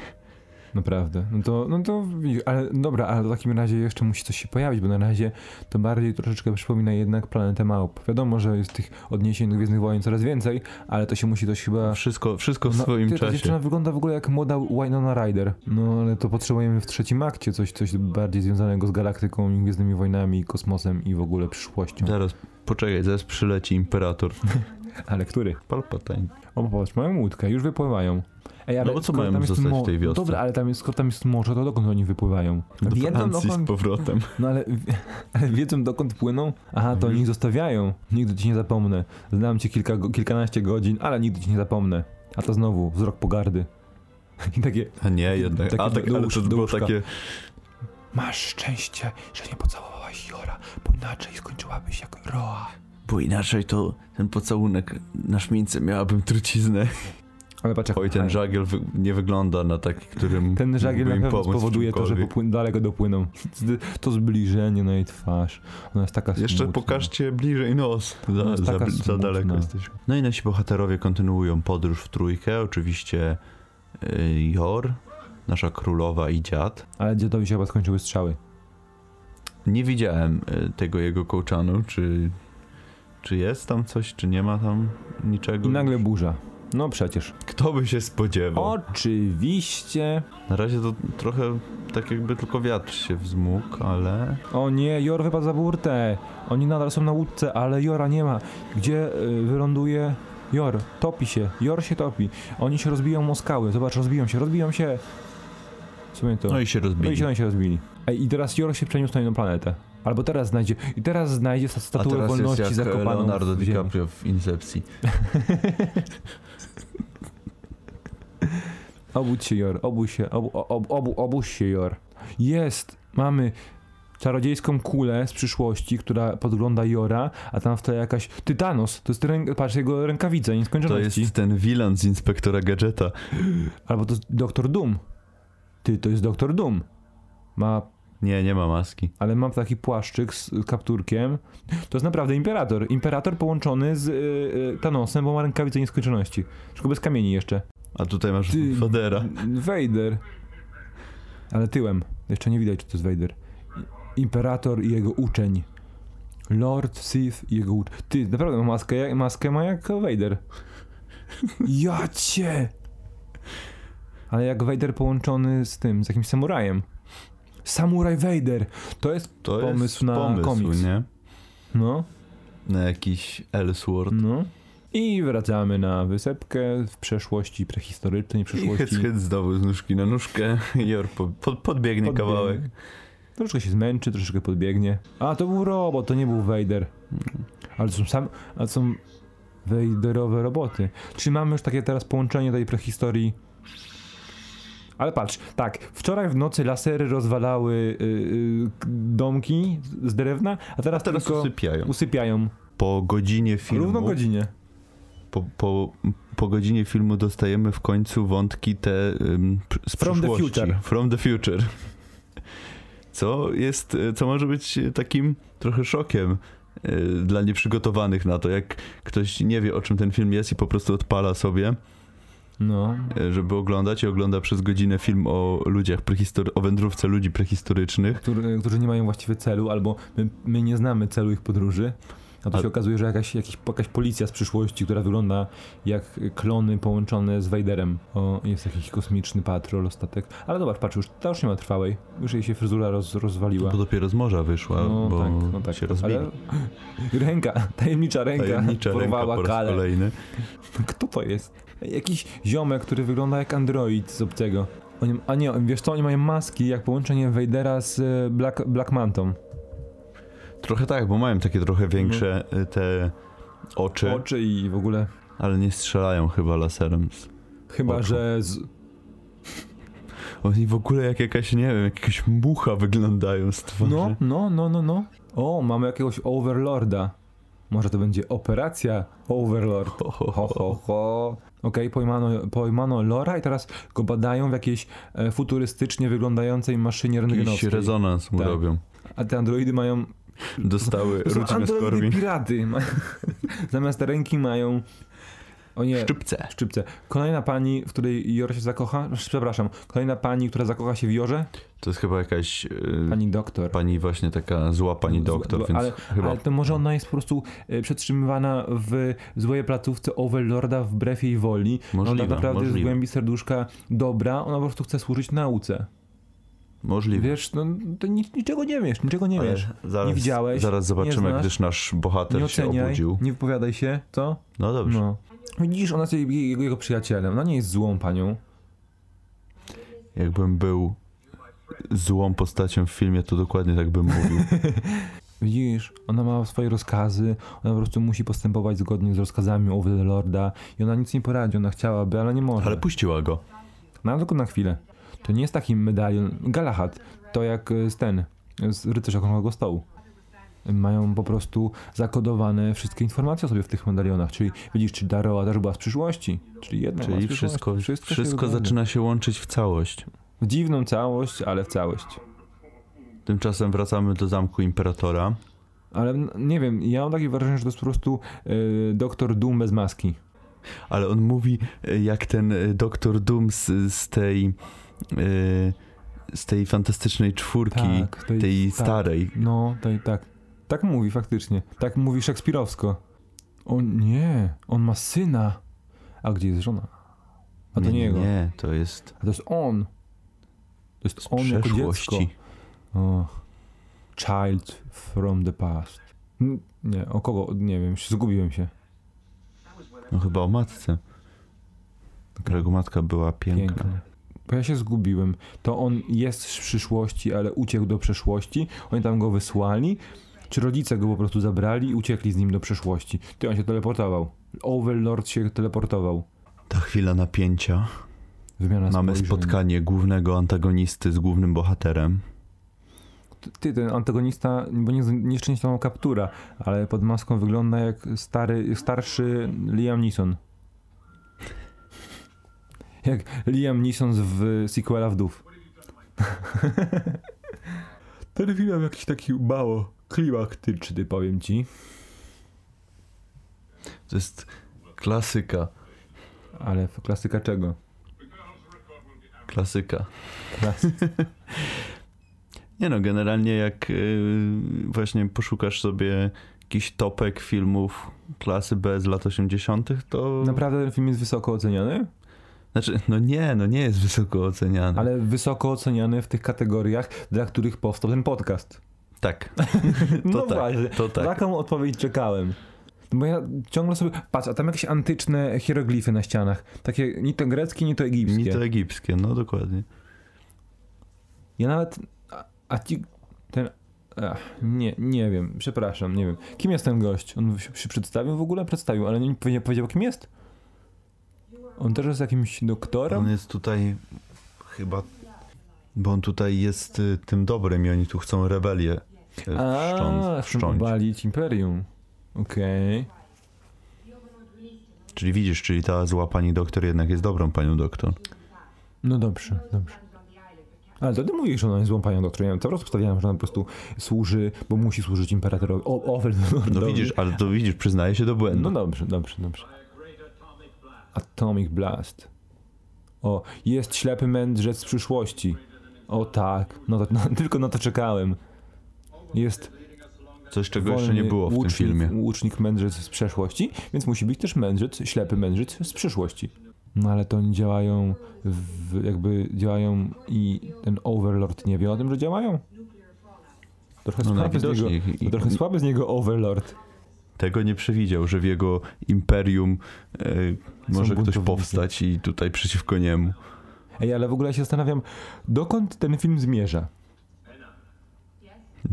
[SPEAKER 1] Naprawdę. No to, no to, widzisz, ale dobra, ale w takim razie jeszcze musi coś się pojawić, bo na razie to bardziej troszeczkę przypomina jednak Planetę Małp. Wiadomo, że jest tych odniesień do Gwiezdnych Wojen coraz więcej, ale to się musi dość chyba...
[SPEAKER 2] Wszystko, wszystko w
[SPEAKER 1] No,
[SPEAKER 2] swoim
[SPEAKER 1] ty, Ta
[SPEAKER 2] czasie.
[SPEAKER 1] dziewczyna wygląda w ogóle jak młoda Winona Ryder. No ale to potrzebujemy w trzecim akcie coś, coś bardziej związanego z galaktyką, i Gwiezdnymi Wojnami, kosmosem i w ogóle przyszłością.
[SPEAKER 2] Zaraz, poczekaj, zaraz przyleci imperator.
[SPEAKER 1] Ale który?
[SPEAKER 2] Palpatine.
[SPEAKER 1] O, popatrz, mają łódkę, już wypływają. Ej, ale
[SPEAKER 2] No bo co
[SPEAKER 1] skoro
[SPEAKER 2] mają
[SPEAKER 1] tam jest
[SPEAKER 2] zostać w
[SPEAKER 1] mo-
[SPEAKER 2] tej wiosce?
[SPEAKER 1] Dobra, ale tam jest, skoro tam jest morze, to dokąd oni wypływają?
[SPEAKER 2] Do
[SPEAKER 1] [LAUGHS] Wiedzą no
[SPEAKER 2] Francji z
[SPEAKER 1] dokąd,
[SPEAKER 2] powrotem.
[SPEAKER 1] no ale, w- [LAUGHS] ale wiedzą dokąd płyną? Aha,
[SPEAKER 2] Mhm.
[SPEAKER 1] to oni ich zostawiają. Nigdy ci nie zapomnę. Znam cię kilka, go- kilkanaście godzin, ale nigdy ci nie zapomnę. A to znowu, wzrok pogardy. [LAUGHS] I takie,
[SPEAKER 2] A nie, jednak.
[SPEAKER 1] Takie
[SPEAKER 2] A tak,
[SPEAKER 1] do
[SPEAKER 2] ale
[SPEAKER 1] łóż-
[SPEAKER 2] to
[SPEAKER 1] do
[SPEAKER 2] było
[SPEAKER 1] łóżka.
[SPEAKER 2] takie...
[SPEAKER 1] masz szczęście, że nie pocałowałaś Jora, bo inaczej skończyłabyś jak Roa.
[SPEAKER 2] Bo inaczej to ten pocałunek na szmince miałabym truciznę.
[SPEAKER 1] Ale patrz, jak
[SPEAKER 2] Oj, ten żagiel wy- nie wygląda na taki, którym
[SPEAKER 1] Tak. Ten żagiel na
[SPEAKER 2] mógłby
[SPEAKER 1] pewno
[SPEAKER 2] im pomóc w
[SPEAKER 1] spowoduje to, że
[SPEAKER 2] czymkolwiek.
[SPEAKER 1] popłyn- daleko dopłyną. [LAUGHS] To zbliżenie na jej twarz. Ona jest taka
[SPEAKER 2] Jeszcze
[SPEAKER 1] smutna.
[SPEAKER 2] pokażcie bliżej nos.
[SPEAKER 1] No,
[SPEAKER 2] Za,
[SPEAKER 1] jest
[SPEAKER 2] za,
[SPEAKER 1] taka
[SPEAKER 2] za daleko
[SPEAKER 1] smutna.
[SPEAKER 2] jesteśmy. No i nasi bohaterowie kontynuują podróż w trójkę. Oczywiście y, Jor, nasza królowa i dziad.
[SPEAKER 1] Ale dziadowi się chyba skończyły strzały.
[SPEAKER 2] Nie widziałem y, tego jego kołczanu, czy, czy jest tam coś, czy nie ma tam niczego.
[SPEAKER 1] I nagle burza. No przecież.
[SPEAKER 2] Kto by się spodziewał?
[SPEAKER 1] Oczywiście.
[SPEAKER 2] Na razie to trochę tak jakby tylko wiatr się wzmógł, ale...
[SPEAKER 1] O nie, Jor wypadł za burtę. Oni nadal są na łódce, ale Jora nie ma. Gdzie y, wyląduje Jor? Topi się. Jor się topi. Oni się rozbiją o skały. Zobacz, rozbiją się, rozbiją się. W sumie to.
[SPEAKER 2] No i się
[SPEAKER 1] No i
[SPEAKER 2] rozbili.
[SPEAKER 1] się, oni się rozbili. Ej, I teraz Jor się przeniósł na inną planetę. Albo teraz znajdzie. I teraz znajdzie sta-
[SPEAKER 2] A
[SPEAKER 1] statuę
[SPEAKER 2] teraz jest
[SPEAKER 1] wolności
[SPEAKER 2] jak
[SPEAKER 1] zakopaną.
[SPEAKER 2] Leonardo
[SPEAKER 1] w ziemi.
[SPEAKER 2] DiCaprio w Incepcji.
[SPEAKER 1] Obudź się, Jor, obudź się, obu, ob, obu, obudź się, Jor. Jest! Mamy czarodziejską kulę z przyszłości, która podgląda Jora, a tam w tle jakaś... Tytanos! To jest ręk, patrz, jego rękawica
[SPEAKER 2] To
[SPEAKER 1] nieskończoności.
[SPEAKER 2] jest ten Wilan z Inspektora Gadżeta.
[SPEAKER 1] Albo to jest Doktor Doom. Ty, to jest Doktor Doom. Ma...
[SPEAKER 2] Nie, nie ma maski.
[SPEAKER 1] ale mam taki płaszczyk z kapturkiem. To jest naprawdę Imperator. Imperator połączony z y, y, Thanosem, bo ma rękawicę nieskończoności. Tylko bez kamieni jeszcze.
[SPEAKER 2] A tutaj masz
[SPEAKER 1] Ty-
[SPEAKER 2] Fodera.
[SPEAKER 1] Vader. Ale tyłem. Jeszcze nie widać, czy to jest Vader. Imperator i jego uczeń. Lord Sith i jego uczeń. Ty, naprawdę ma maskę, jak- maskę ma jak Vader. Ja cię! Ale jak Vader połączony z tym, z jakimś samurajem. Samuraj Vader! To jest
[SPEAKER 2] To
[SPEAKER 1] pomysł
[SPEAKER 2] jest
[SPEAKER 1] na
[SPEAKER 2] pomysł,
[SPEAKER 1] komiks.
[SPEAKER 2] nie?
[SPEAKER 1] No,
[SPEAKER 2] Na jakiś Ellsworth.
[SPEAKER 1] no. I wracamy na wysepkę w przeszłości prehistorycznej,
[SPEAKER 2] I [LAUGHS]
[SPEAKER 1] przeszłości.
[SPEAKER 2] hyc, hyc znowu z nóżki na nóżkę. Jor po, po, podbiegnie
[SPEAKER 1] Podbiegnie.
[SPEAKER 2] kawałek.
[SPEAKER 1] Troszkę się zmęczy, troszkę podbiegnie. A to był robot, to nie był Vader. Ale są sam. A są Vaderowe roboty. Czy mamy już takie teraz połączenie tej prehistorii? Ale patrz, tak, wczoraj w nocy lasery rozwalały y, y, k- domki z drewna, a teraz,
[SPEAKER 2] Teraz
[SPEAKER 1] tylko
[SPEAKER 2] usypiają.
[SPEAKER 1] usypiają.
[SPEAKER 2] Po godzinie filmu.
[SPEAKER 1] Równo godzinie.
[SPEAKER 2] Po, po, po godzinie filmu dostajemy w końcu wątki te ym, pr- z
[SPEAKER 1] From the
[SPEAKER 2] przyszłości.
[SPEAKER 1] future.
[SPEAKER 2] From the future. Co jest, y, co może być y, takim trochę szokiem y, dla nieprzygotowanych na to, jak ktoś nie wie o czym ten film jest i po prostu odpala sobie,
[SPEAKER 1] No.
[SPEAKER 2] y, żeby oglądać i ogląda przez godzinę film o ludziach, prehistor- o wędrówce ludzi prehistorycznych.
[SPEAKER 1] Który, którzy nie mają właściwie celu, albo my, my nie znamy celu ich podróży. A tu
[SPEAKER 2] A-
[SPEAKER 1] się okazuje, że jakaś, jakiś, jakaś policja z przyszłości, która wygląda jak klony połączone z Vaderem. O, jest jakiś kosmiczny patrol, statek. Ale zobacz, patrz, już, ta już nie ma trwałej. Już jej się fryzura roz, rozwaliła.
[SPEAKER 2] Bo dopiero z morza wyszła,
[SPEAKER 1] No
[SPEAKER 2] bo
[SPEAKER 1] tak, no tak.
[SPEAKER 2] się rozbili.
[SPEAKER 1] Ale... Ręka, tajemnicza ręka
[SPEAKER 2] Tajemnicza ręka
[SPEAKER 1] porwała
[SPEAKER 2] po raz
[SPEAKER 1] kalę.
[SPEAKER 2] kolejny.
[SPEAKER 1] Kto to jest? Jakiś ziomek, który wygląda jak android z obcego. Oni, a nie, wiesz co, oni mają maski jak połączenie Vadera z y, Black, Black Mantą.
[SPEAKER 2] Trochę tak, bo mają takie trochę większe y, te oczy,
[SPEAKER 1] Mhm. Oczy i w ogóle.
[SPEAKER 2] ale nie strzelają chyba laserem.
[SPEAKER 1] Chyba,
[SPEAKER 2] Oczu.
[SPEAKER 1] że z...
[SPEAKER 2] Oni w ogóle jak jakaś, nie wiem, jak jakaś mucha wyglądają z twarzy.
[SPEAKER 1] No, no, no, no, no. O, mamy jakiegoś Overlorda. Może to będzie operacja Overlord.
[SPEAKER 2] Ho, ho,
[SPEAKER 1] Ho, ho, ho. Okej, pojmano, pojmano Lora i teraz go badają w jakiejś e, futurystycznie wyglądającej maszynie
[SPEAKER 2] Jakiś
[SPEAKER 1] rentgenowskiej.
[SPEAKER 2] rezonans mu
[SPEAKER 1] Tak.
[SPEAKER 2] robią.
[SPEAKER 1] A te androidy mają...
[SPEAKER 2] [LAUGHS] Dostały
[SPEAKER 1] To są
[SPEAKER 2] rucinę z
[SPEAKER 1] androidy
[SPEAKER 2] korbi.
[SPEAKER 1] piraty. [LAUGHS] Ma- Zamiast ręki mają... O nie,
[SPEAKER 2] Szczypce.
[SPEAKER 1] szczypce. Kolejna pani, w której Jor się zakocha... Przepraszam, kolejna pani, która zakocha się w Jorze?
[SPEAKER 2] To jest chyba jakaś y, pani,
[SPEAKER 1] Pani doktor.
[SPEAKER 2] właśnie taka zła pani doktor,
[SPEAKER 1] Zła-
[SPEAKER 2] więc
[SPEAKER 1] ale,
[SPEAKER 2] chyba...
[SPEAKER 1] ale to może ona jest po prostu e, przetrzymywana w złej placówce Overlorda wbrew jej woli.
[SPEAKER 2] Możliwe,
[SPEAKER 1] ona tak naprawdę jest w
[SPEAKER 2] możliwe.
[SPEAKER 1] głębi serduszka dobra, ona po prostu chce służyć nauce.
[SPEAKER 2] Możliwe.
[SPEAKER 1] Wiesz, no to nic, niczego nie wiesz, niczego nie
[SPEAKER 2] ale
[SPEAKER 1] wiesz.
[SPEAKER 2] zaraz,
[SPEAKER 1] nie widziałeś,
[SPEAKER 2] Zaraz
[SPEAKER 1] nie
[SPEAKER 2] zobaczymy,
[SPEAKER 1] znasz,
[SPEAKER 2] gdyż nasz
[SPEAKER 1] Nie
[SPEAKER 2] bohater się
[SPEAKER 1] oceniaj,
[SPEAKER 2] obudził.
[SPEAKER 1] nie wypowiadaj się, co?
[SPEAKER 2] No dobrze.
[SPEAKER 1] No. Widzisz, ona jest jej- jego, jego przyjacielem, ona nie jest złą panią.
[SPEAKER 2] Jakbym był złą postacią w filmie, to dokładnie tak bym mówił.
[SPEAKER 1] Widzisz, ona ma swoje rozkazy, ona po prostu musi postępować zgodnie z rozkazami Overlorda i ona nic nie poradzi, ona chciałaby, ale nie może.
[SPEAKER 2] Ale puściła go.
[SPEAKER 1] No ale tylko na chwilę. To nie jest taki medalion. Galahad to jak e, z ten, z rycerz okrągłego stołu. Mają po prostu zakodowane wszystkie informacje o sobie w tych medalionach. Czyli widzisz, czy Daroa też była z przyszłości. Czyli jedna była z
[SPEAKER 2] Czyli
[SPEAKER 1] przyszłości.
[SPEAKER 2] wszystko,
[SPEAKER 1] się
[SPEAKER 2] wszystko,
[SPEAKER 1] zgadza.
[SPEAKER 2] zaczyna się łączyć w całość.
[SPEAKER 1] W dziwną całość, ale w całość.
[SPEAKER 2] Tymczasem wracamy do zamku imperatora.
[SPEAKER 1] Ale n- nie wiem, ja mam takie wrażenie, że to jest po prostu yy, doktor Doom bez maski.
[SPEAKER 2] Ale on mówi, y, jak ten y, doktor Doom z, z tej. y, z tej fantastycznej czwórki,
[SPEAKER 1] Tak, tej-
[SPEAKER 2] tej,
[SPEAKER 1] tak.
[SPEAKER 2] starej.
[SPEAKER 1] No, to i tak. Tak mówi faktycznie. Tak mówi szekspirowsko. O nie, on ma syna. A gdzie jest żona? A to nie, jego.
[SPEAKER 2] nie, to jest
[SPEAKER 1] A to jest on. To jest on jako dziecko.
[SPEAKER 2] przeszłości.
[SPEAKER 1] O. Child from the past. N- Nie, o kogo? Nie wiem, się- zgubiłem się.
[SPEAKER 2] No chyba o matce. Którego matka była piękna.
[SPEAKER 1] Pięknie. bo ja się zgubiłem. To on jest z przyszłości, ale uciekł do przeszłości. Oni tam go wysłali. Czy rodzice go po prostu zabrali i uciekli z nim do przeszłości? Ty, on się teleportował. Overlord się teleportował.
[SPEAKER 2] Ta chwila napięcia.
[SPEAKER 1] Wymiana
[SPEAKER 2] Mamy
[SPEAKER 1] spojrzeń.
[SPEAKER 2] spotkanie głównego antagonisty z głównym bohaterem.
[SPEAKER 1] Ty, ten antagonista, bo nie, nieszczęśliwa mu kaptura, ale pod maską wygląda jak stary, starszy Liam Neeson. Jak Liam Neeson z w sequela [LAUGHS] Wdów. Ten film jakiś taki mało klimaktyczny, powiem ci.
[SPEAKER 2] To jest klasyka,
[SPEAKER 1] Ale f- klasyka czego?
[SPEAKER 2] klasyka.
[SPEAKER 1] Klasy...
[SPEAKER 2] [LAUGHS] Nie no, generalnie jak yy, właśnie poszukasz sobie jakiś topek filmów klasy B z lat 80., to.
[SPEAKER 1] Naprawdę ten film jest wysoko oceniany,
[SPEAKER 2] Znaczy, no nie, no nie jest wysoko oceniany.
[SPEAKER 1] ale wysoko oceniany w tych kategoriach, dla których powstał ten podcast.
[SPEAKER 2] Tak.
[SPEAKER 1] no
[SPEAKER 2] tak,
[SPEAKER 1] właśnie,
[SPEAKER 2] to tak.
[SPEAKER 1] taką odpowiedź czekałem. Bo ja ciągle sobie, patrz, a tam jakieś antyczne hieroglify na ścianach. Takie ni to greckie, ni to egipskie.
[SPEAKER 2] Ni to egipskie, no dokładnie.
[SPEAKER 1] Ja nawet, a, a ci, ten, ach, nie, nie wiem, przepraszam, nie wiem. Kim jest ten gość? On się, się przedstawił w ogóle? Przedstawił, ale nie powiedział, powiedział kim jest? On też jest jakimś doktorem?
[SPEAKER 2] On jest tutaj chyba. Bo on tutaj jest y, tym dobrym i oni tu chcą rebelię y, wszcząc,
[SPEAKER 1] A, chcą
[SPEAKER 2] wszcząć.
[SPEAKER 1] obalić imperium. Okej.
[SPEAKER 2] Czyli widzisz, czyli ta zła pani doktor jednak jest dobrą panią doktor.
[SPEAKER 1] No dobrze, dobrze. Ale to ty mówisz, że ona jest złą panią doktor. Ja cały czas obstawiałem, że ona po prostu służy, bo musi służyć imperatorowi. O, [LAUGHS] o,
[SPEAKER 2] No widzisz, ale to widzisz, przyznaje się do błędu.
[SPEAKER 1] No dobrze, dobrze, dobrze. Atomic Blast. O, jest ślepy mędrzec z przyszłości. O tak, no to, no, [LAUGHS] tylko na to czekałem. Jest
[SPEAKER 2] Coś, czego jeszcze nie
[SPEAKER 1] wolny
[SPEAKER 2] było w tym
[SPEAKER 1] łucznik-
[SPEAKER 2] filmie.
[SPEAKER 1] Łucznik mędrzec z przeszłości, więc musi być też mędrzec, ślepy mędrzec z przyszłości. No ale to oni działają, w, jakby działają i ten Overlord nie wie o tym, że działają? Trochę
[SPEAKER 2] No
[SPEAKER 1] słaby, z, niego,
[SPEAKER 2] najwidoczniej. I-
[SPEAKER 1] trochę słaby z niego Overlord.
[SPEAKER 2] Tego nie przewidział, że w jego imperium e, może ktoś
[SPEAKER 1] buntownicy.
[SPEAKER 2] powstać i tutaj przeciwko niemu.
[SPEAKER 1] Ej, ale w ogóle ja się zastanawiam, dokąd ten film zmierza?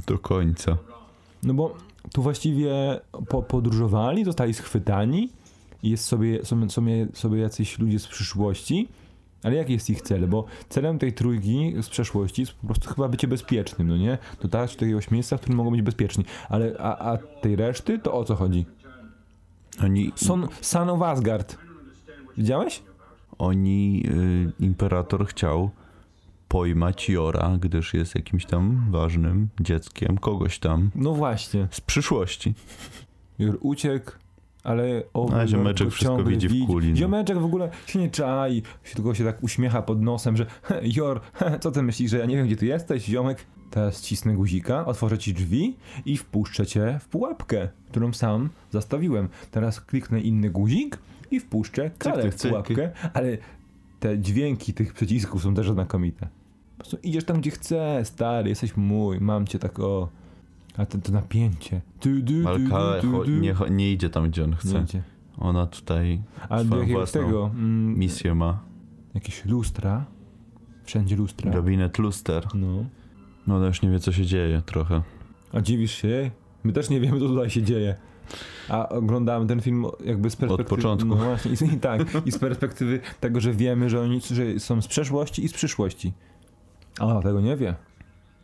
[SPEAKER 2] Do końca.
[SPEAKER 1] No bo tu właściwie po, podróżowali, zostali schwytani, jest sobie, są, są je- sobie jacyś ludzie z przyszłości, ale jaki jest ich cel? Bo celem tej trójki z przeszłości jest po prostu chyba bycie bezpiecznym, no nie? Dotarć do jakiegoś miejsca, w którym mogą być bezpieczni. Ale a, a tej reszty to o co chodzi?
[SPEAKER 2] Oni,
[SPEAKER 1] Son, Sano Asgard. Widziałeś?
[SPEAKER 2] oni y, imperator chciał pojmać Jora, gdyż jest jakimś tam ważnym dzieckiem kogoś tam
[SPEAKER 1] No właśnie.
[SPEAKER 2] z przyszłości.
[SPEAKER 1] Jur uciekł, ale o,
[SPEAKER 2] A No, ziomeczek
[SPEAKER 1] go
[SPEAKER 2] wszystko
[SPEAKER 1] ciągle
[SPEAKER 2] widzi w kuli, no.
[SPEAKER 1] Ziomeczek w ogóle się nie czai, się tylko się tak uśmiecha pod nosem, że "He, Jor, he, co ty myślisz, że ja nie wiem gdzie ty jesteś, ziomek? Teraz cisnę guzika, otworzę ci drzwi i wpuszczę cię w pułapkę, którą sam zastawiłem. Teraz kliknę inny guzik i wpuszczę kalę
[SPEAKER 2] cyk,
[SPEAKER 1] w
[SPEAKER 2] cyk.
[SPEAKER 1] pułapkę, ale te dźwięki tych przycisków są też znakomite. Po prostu idziesz tam gdzie chcesz, stary, jesteś mój, mam cię tak o... A to, to napięcie. Du, du, du,
[SPEAKER 2] Ale
[SPEAKER 1] du,
[SPEAKER 2] Kale
[SPEAKER 1] du,
[SPEAKER 2] cho-
[SPEAKER 1] du.
[SPEAKER 2] nie, cho- nie idzie tam, gdzie on
[SPEAKER 1] Nie
[SPEAKER 2] chce.
[SPEAKER 1] idzie.
[SPEAKER 2] Ona tutaj
[SPEAKER 1] Ale do
[SPEAKER 2] swoją
[SPEAKER 1] jakiegoś
[SPEAKER 2] własną
[SPEAKER 1] tego. Mm,
[SPEAKER 2] misję ma.
[SPEAKER 1] jakieś lustra. Wszędzie lustra.
[SPEAKER 2] Gabinet luster.
[SPEAKER 1] No.
[SPEAKER 2] No ona już nie wie, co się dzieje trochę.
[SPEAKER 1] A dziwisz się? My też nie wiemy, co tutaj się dzieje. A oglądamy ten film jakby z perspektywy.
[SPEAKER 2] początku.
[SPEAKER 1] No właśnie, i, i tak. I z perspektywy tego, że wiemy, że oni że są z przeszłości i z przyszłości. A ona tego nie wie.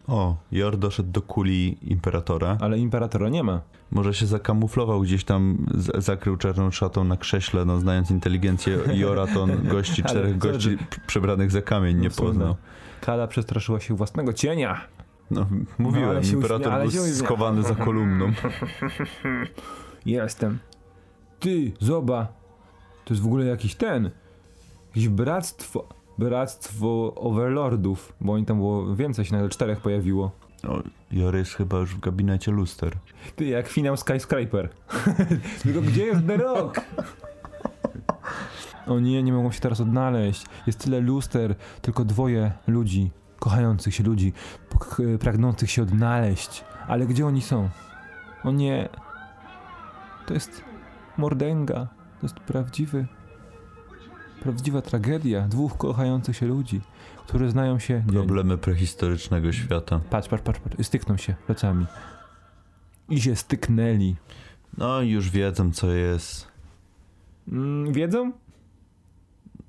[SPEAKER 2] O, Jor doszedł do kuli imperatora.
[SPEAKER 1] Ale imperatora nie ma.
[SPEAKER 2] Może się zakamuflował gdzieś tam, z- zakrył czarną szatą na krześle, no znając inteligencję Jora,
[SPEAKER 1] [LAUGHS]
[SPEAKER 2] to on gości,
[SPEAKER 1] Ale
[SPEAKER 2] czterech
[SPEAKER 1] co, No
[SPEAKER 2] gości
[SPEAKER 1] że-
[SPEAKER 2] p- przebranych za kamień nie
[SPEAKER 1] Cudne.
[SPEAKER 2] poznał.
[SPEAKER 1] Kala przestraszyła się własnego cienia.
[SPEAKER 2] No,
[SPEAKER 1] No,
[SPEAKER 2] mówiłem,
[SPEAKER 1] ale się uśmia-
[SPEAKER 2] imperator
[SPEAKER 1] ale
[SPEAKER 2] był
[SPEAKER 1] się uśmia-
[SPEAKER 2] schowany za
[SPEAKER 1] [LAUGHS]
[SPEAKER 2] kolumną.
[SPEAKER 1] Jestem. Ty, zoba. To jest w ogóle jakiś ten. Jakieś bractwo. Bractwo Overlordów. Bo oni tam było więcej się nagle czterech pojawiło.
[SPEAKER 2] No, Jor jest chyba już w gabinecie luster.
[SPEAKER 1] Ty, jak finał Skyscraper. [LAUGHS] Tylko gdzie jest The Rock? O nie, nie mogą się teraz odnaleźć. Jest tyle luster, tylko dwoje ludzi, kochających się ludzi, p- k- pragnących się odnaleźć. Ale gdzie oni są? O nie. To jest mordęga. To jest prawdziwy Prawdziwa tragedia dwóch kochających się ludzi, którzy znają się. dzień.
[SPEAKER 2] Problemy prehistorycznego świata.
[SPEAKER 1] Patrz, patrz, patrz, patrz. I stykną się plecami. I się styknęli.
[SPEAKER 2] No już wiedzą, co jest.
[SPEAKER 1] Mm, wiedzą?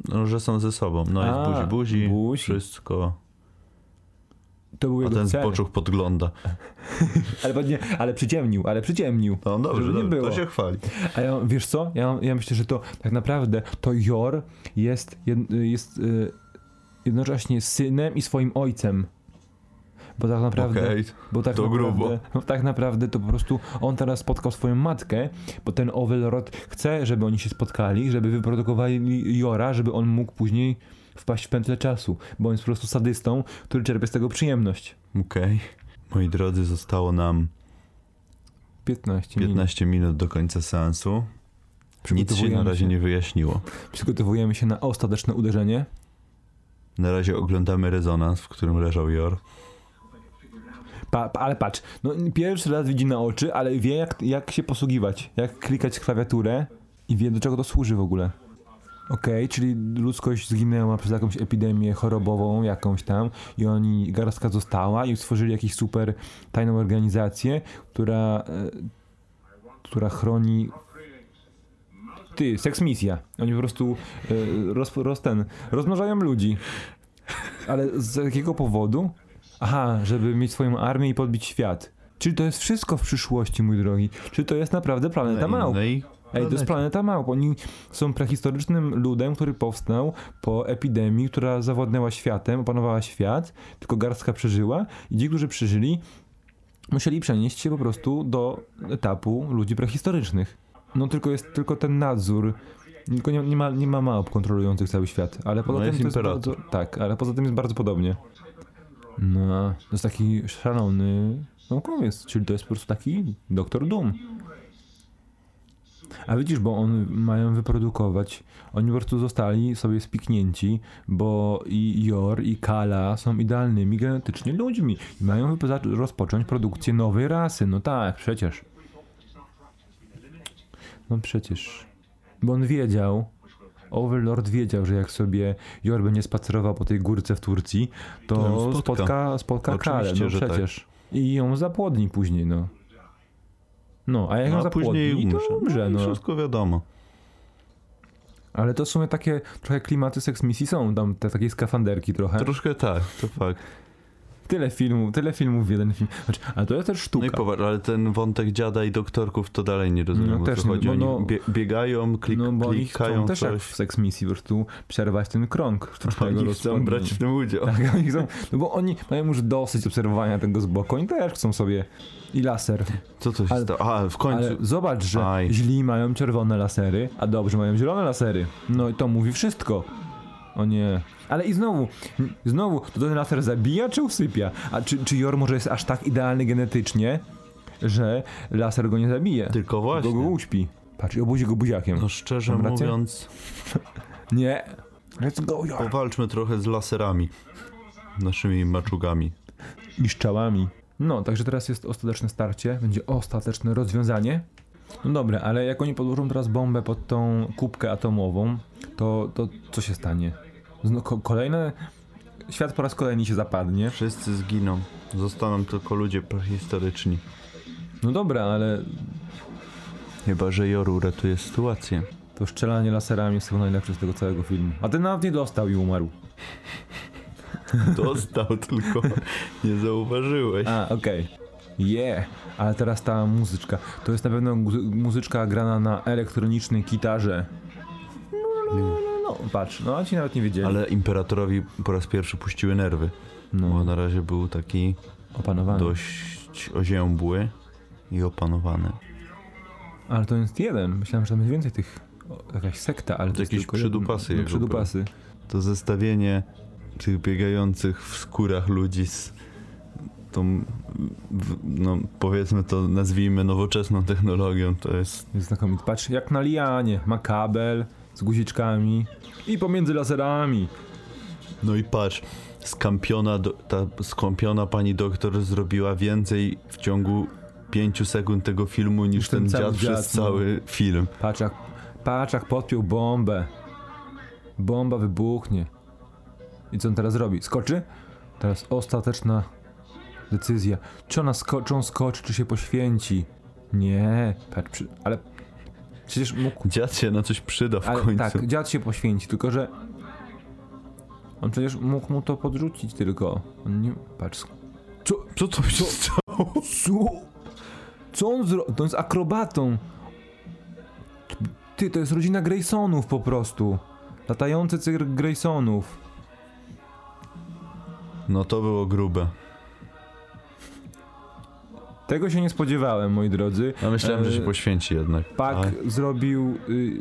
[SPEAKER 2] No, że są ze sobą. No
[SPEAKER 1] A,
[SPEAKER 2] jest buzi, buzi,
[SPEAKER 1] buzi.
[SPEAKER 2] wszystko.
[SPEAKER 1] To był
[SPEAKER 2] A
[SPEAKER 1] jego
[SPEAKER 2] ten
[SPEAKER 1] cel.
[SPEAKER 2] zboczuch podgląda.
[SPEAKER 1] Ale, nie, ale przyciemnił, ale przyciemnił.
[SPEAKER 2] No dobrze,
[SPEAKER 1] Żeby nie
[SPEAKER 2] dobrze
[SPEAKER 1] było.
[SPEAKER 2] to się chwali.
[SPEAKER 1] A ja, wiesz co? Ja, ja myślę, że to tak naprawdę to Jor jest, jed, jest y, jednocześnie synem i swoim ojcem. Bo tak naprawdę.
[SPEAKER 2] Okej,
[SPEAKER 1] Bo tak
[SPEAKER 2] to
[SPEAKER 1] naprawdę,
[SPEAKER 2] grubo.
[SPEAKER 1] No, tak naprawdę to po prostu on teraz spotkał swoją matkę, bo ten Overlord chce, żeby oni się spotkali, żeby wyprodukowali Jora, żeby on mógł później wpaść w pętlę czasu, bo on jest po prostu sadystą, który czerpie z tego przyjemność.
[SPEAKER 2] okej. Moi drodzy, zostało nam
[SPEAKER 1] 15 minut.
[SPEAKER 2] 15 minut do końca seansu. Nic się
[SPEAKER 1] Przygotowujemy
[SPEAKER 2] na razie
[SPEAKER 1] się.
[SPEAKER 2] nie wyjaśniło.
[SPEAKER 1] Przygotowujemy się na ostateczne uderzenie.
[SPEAKER 2] Na razie oglądamy rezonans, w którym leżał Jor.
[SPEAKER 1] Pa, pa, ale patrz, no, pierwszy raz widzi na oczy, ale wie jak, jak się posługiwać, jak klikać klawiaturę i wie do czego to służy w ogóle. Okej, czyli ludzkość zginęła przez jakąś epidemię chorobową jakąś tam i oni, garstka została i stworzyli jakąś super tajną organizację, która, e, która chroni... Ty, seksmisja. Oni po prostu e, roz, roz, ten, rozmnażają ludzi. Ale z jakiego powodu? Aha, żeby mieć swoją armię i podbić świat. Czyli to jest wszystko w przyszłości, mój drogi. Czy to jest naprawdę planeta
[SPEAKER 2] Na
[SPEAKER 1] małp? Ej,
[SPEAKER 2] innej
[SPEAKER 1] to jest
[SPEAKER 2] planecie.
[SPEAKER 1] planeta małp. Oni są prehistorycznym ludem, który powstał po epidemii, która zawładnęła światem, opanowała świat, tylko garstka przeżyła i ci, którzy przeżyli, musieli przenieść się po prostu do etapu ludzi prehistorycznych. No tylko jest tylko ten nadzór. Tylko nie, nie, ma, nie ma małp kontrolujących cały świat, ale poza
[SPEAKER 2] No
[SPEAKER 1] tym
[SPEAKER 2] jest
[SPEAKER 1] to jest bardzo,
[SPEAKER 2] imperator.
[SPEAKER 1] tak, ale poza tym jest bardzo podobnie. No, to jest taki szalony naukowiec, czyli to jest po prostu taki doktor Doom. A widzisz, bo on mają wyprodukować. Oni po prostu zostali sobie spiknięci, bo i Jor i Kala są idealnymi genetycznie ludźmi. I mają wypo- zac- rozpocząć produkcję nowej rasy. No tak, przecież. No przecież. Bo on wiedział, Overlord wiedział, że jak sobie Jor będzie spacerował po tej górce w Turcji, to,
[SPEAKER 2] To ją spotka.
[SPEAKER 1] spotka, spotka Kalę.
[SPEAKER 2] Oczywiście,
[SPEAKER 1] No
[SPEAKER 2] że tak.
[SPEAKER 1] przecież. I ją zapłodni później, no. No, a jak ją
[SPEAKER 2] No, a później
[SPEAKER 1] zapłodni, to
[SPEAKER 2] umrze.
[SPEAKER 1] umrze,
[SPEAKER 2] no. i
[SPEAKER 1] no.
[SPEAKER 2] Wszystko wiadomo.
[SPEAKER 1] Ale to w sumie takie trochę klimaty seks misji są, tam te takie skafanderki trochę.
[SPEAKER 2] Troszkę tak, to fakt.
[SPEAKER 1] Tyle filmów, tyle filmów w jeden film. Znaczy, ale to jest też
[SPEAKER 2] No
[SPEAKER 1] sztuka.
[SPEAKER 2] i popatrz, ale ten wątek dziada i doktorków to dalej nie rozumiem,
[SPEAKER 1] No
[SPEAKER 2] o
[SPEAKER 1] też
[SPEAKER 2] co
[SPEAKER 1] nie,
[SPEAKER 2] chodzi.
[SPEAKER 1] bo
[SPEAKER 2] Oni
[SPEAKER 1] no-
[SPEAKER 2] bie biegają, klik
[SPEAKER 1] no bo oni chcą
[SPEAKER 2] klikają
[SPEAKER 1] też jak w
[SPEAKER 2] coś.
[SPEAKER 1] seks misji po prostu przerwać ten krąg sztucznego
[SPEAKER 2] Oni chcą
[SPEAKER 1] rozpędu.
[SPEAKER 2] brać w tym
[SPEAKER 1] [LAUGHS]
[SPEAKER 2] udział.
[SPEAKER 1] Tak, oni chcą, no bo oni mają już dosyć obserwowania tego z boku, oni też chcą sobie i laser.
[SPEAKER 2] Co to się
[SPEAKER 1] Ale-
[SPEAKER 2] stało? A, w końcu.
[SPEAKER 1] Ale zobacz, że
[SPEAKER 2] Aj.
[SPEAKER 1] źli mają czerwone lasery, a dobrzy mają zielone lasery. No i to mówi wszystko. O nie. Ale i znowu, n- znowu, to ten laser zabija czy usypia? A czy, czy Jor może jest aż tak idealny genetycznie, że laser go nie zabije?
[SPEAKER 2] Tylko właśnie.
[SPEAKER 1] Go, go uśpi. Patrz, i obudzi go buziakiem.
[SPEAKER 2] No szczerze
[SPEAKER 1] Mam rację?
[SPEAKER 2] mówiąc,
[SPEAKER 1] Nie. Let's go, Jor.
[SPEAKER 2] powalczmy trochę z laserami. Naszymi maczugami.
[SPEAKER 1] i szczałami. No, także teraz jest ostateczne starcie, będzie ostateczne rozwiązanie. No dobra, ale jak oni podłożą teraz bombę pod tą kubkę atomową, to, to co się stanie? Zno, ko- kolejne. Świat po raz kolejny się zapadnie.
[SPEAKER 2] Wszyscy zginą. Zostaną tylko ludzie prehistoryczni.
[SPEAKER 1] No dobra, ale
[SPEAKER 2] Chyba, że Joru ratuje sytuację. [LAUGHS]
[SPEAKER 1] to strzelanie laserami jest chyba najlepsze z tego całego filmu. A ten nawet nie dostał i umarł.
[SPEAKER 2] Dostał tylko, nie zauważyłeś.
[SPEAKER 1] A, okej. Yeah, ale teraz ta muzyczka. To jest na pewno muzy- muzyczka grana na elektronicznej gitarze. No, no, no, no, patrz, no a ci nawet nie wiedzieli.
[SPEAKER 2] Ale imperatorowi po raz pierwszy puściły nerwy. Bo na razie był taki
[SPEAKER 1] Opanowany.
[SPEAKER 2] dość oziębły i opanowany.
[SPEAKER 1] Ale to jest jeden. Myślałem, że tam jest więcej tych. O, jakaś sekta, ale to,
[SPEAKER 2] To
[SPEAKER 1] jest
[SPEAKER 2] jakieś
[SPEAKER 1] tylko jeden.
[SPEAKER 2] przydupasy
[SPEAKER 1] No,
[SPEAKER 2] jego
[SPEAKER 1] przydupasy.
[SPEAKER 2] To zestawienie tych biegających w skórach ludzi z tą, w- no powiedzmy to, nazwijmy nowoczesną technologią, to jest
[SPEAKER 1] Jest znakomity. Patrz, jak na lianie. Ma kabel z guziczkami i pomiędzy laserami.
[SPEAKER 2] No i patrz, skampiona, do, ta skąpiona pani doktor zrobiła więcej w ciągu pięciu sekund tego filmu niż
[SPEAKER 1] ten
[SPEAKER 2] ten
[SPEAKER 1] cały
[SPEAKER 2] dziad
[SPEAKER 1] dziad,
[SPEAKER 2] przez
[SPEAKER 1] no.
[SPEAKER 2] cały film.
[SPEAKER 1] Patrz, jak, patrz, jak podpiął bombę. Bomba wybuchnie. I co on teraz robi? Skoczy? Teraz ostateczna decyzja. Czy ona sko- czy on skoczy, czy się poświęci? Nie, patrz, przy- ale przecież mógł
[SPEAKER 2] Dziad się na coś przyda w
[SPEAKER 1] ale
[SPEAKER 2] końcu.
[SPEAKER 1] tak, dziad się poświęci, tylko że on przecież mógł mu to podrzucić tylko. On nie... Patrz. Co?
[SPEAKER 2] Co to się stało?
[SPEAKER 1] Co? Co on zrobił? To jest akrobatą. Ty, to jest rodzina Graysonów po prostu. Latający cyrk Graysonów.
[SPEAKER 2] No to było grube.
[SPEAKER 1] Tego się nie spodziewałem, moi drodzy.
[SPEAKER 2] Ja myślałem, że się
[SPEAKER 1] E,
[SPEAKER 2] poświęci jednak.
[SPEAKER 1] Pak
[SPEAKER 2] Ale-
[SPEAKER 1] zrobił y,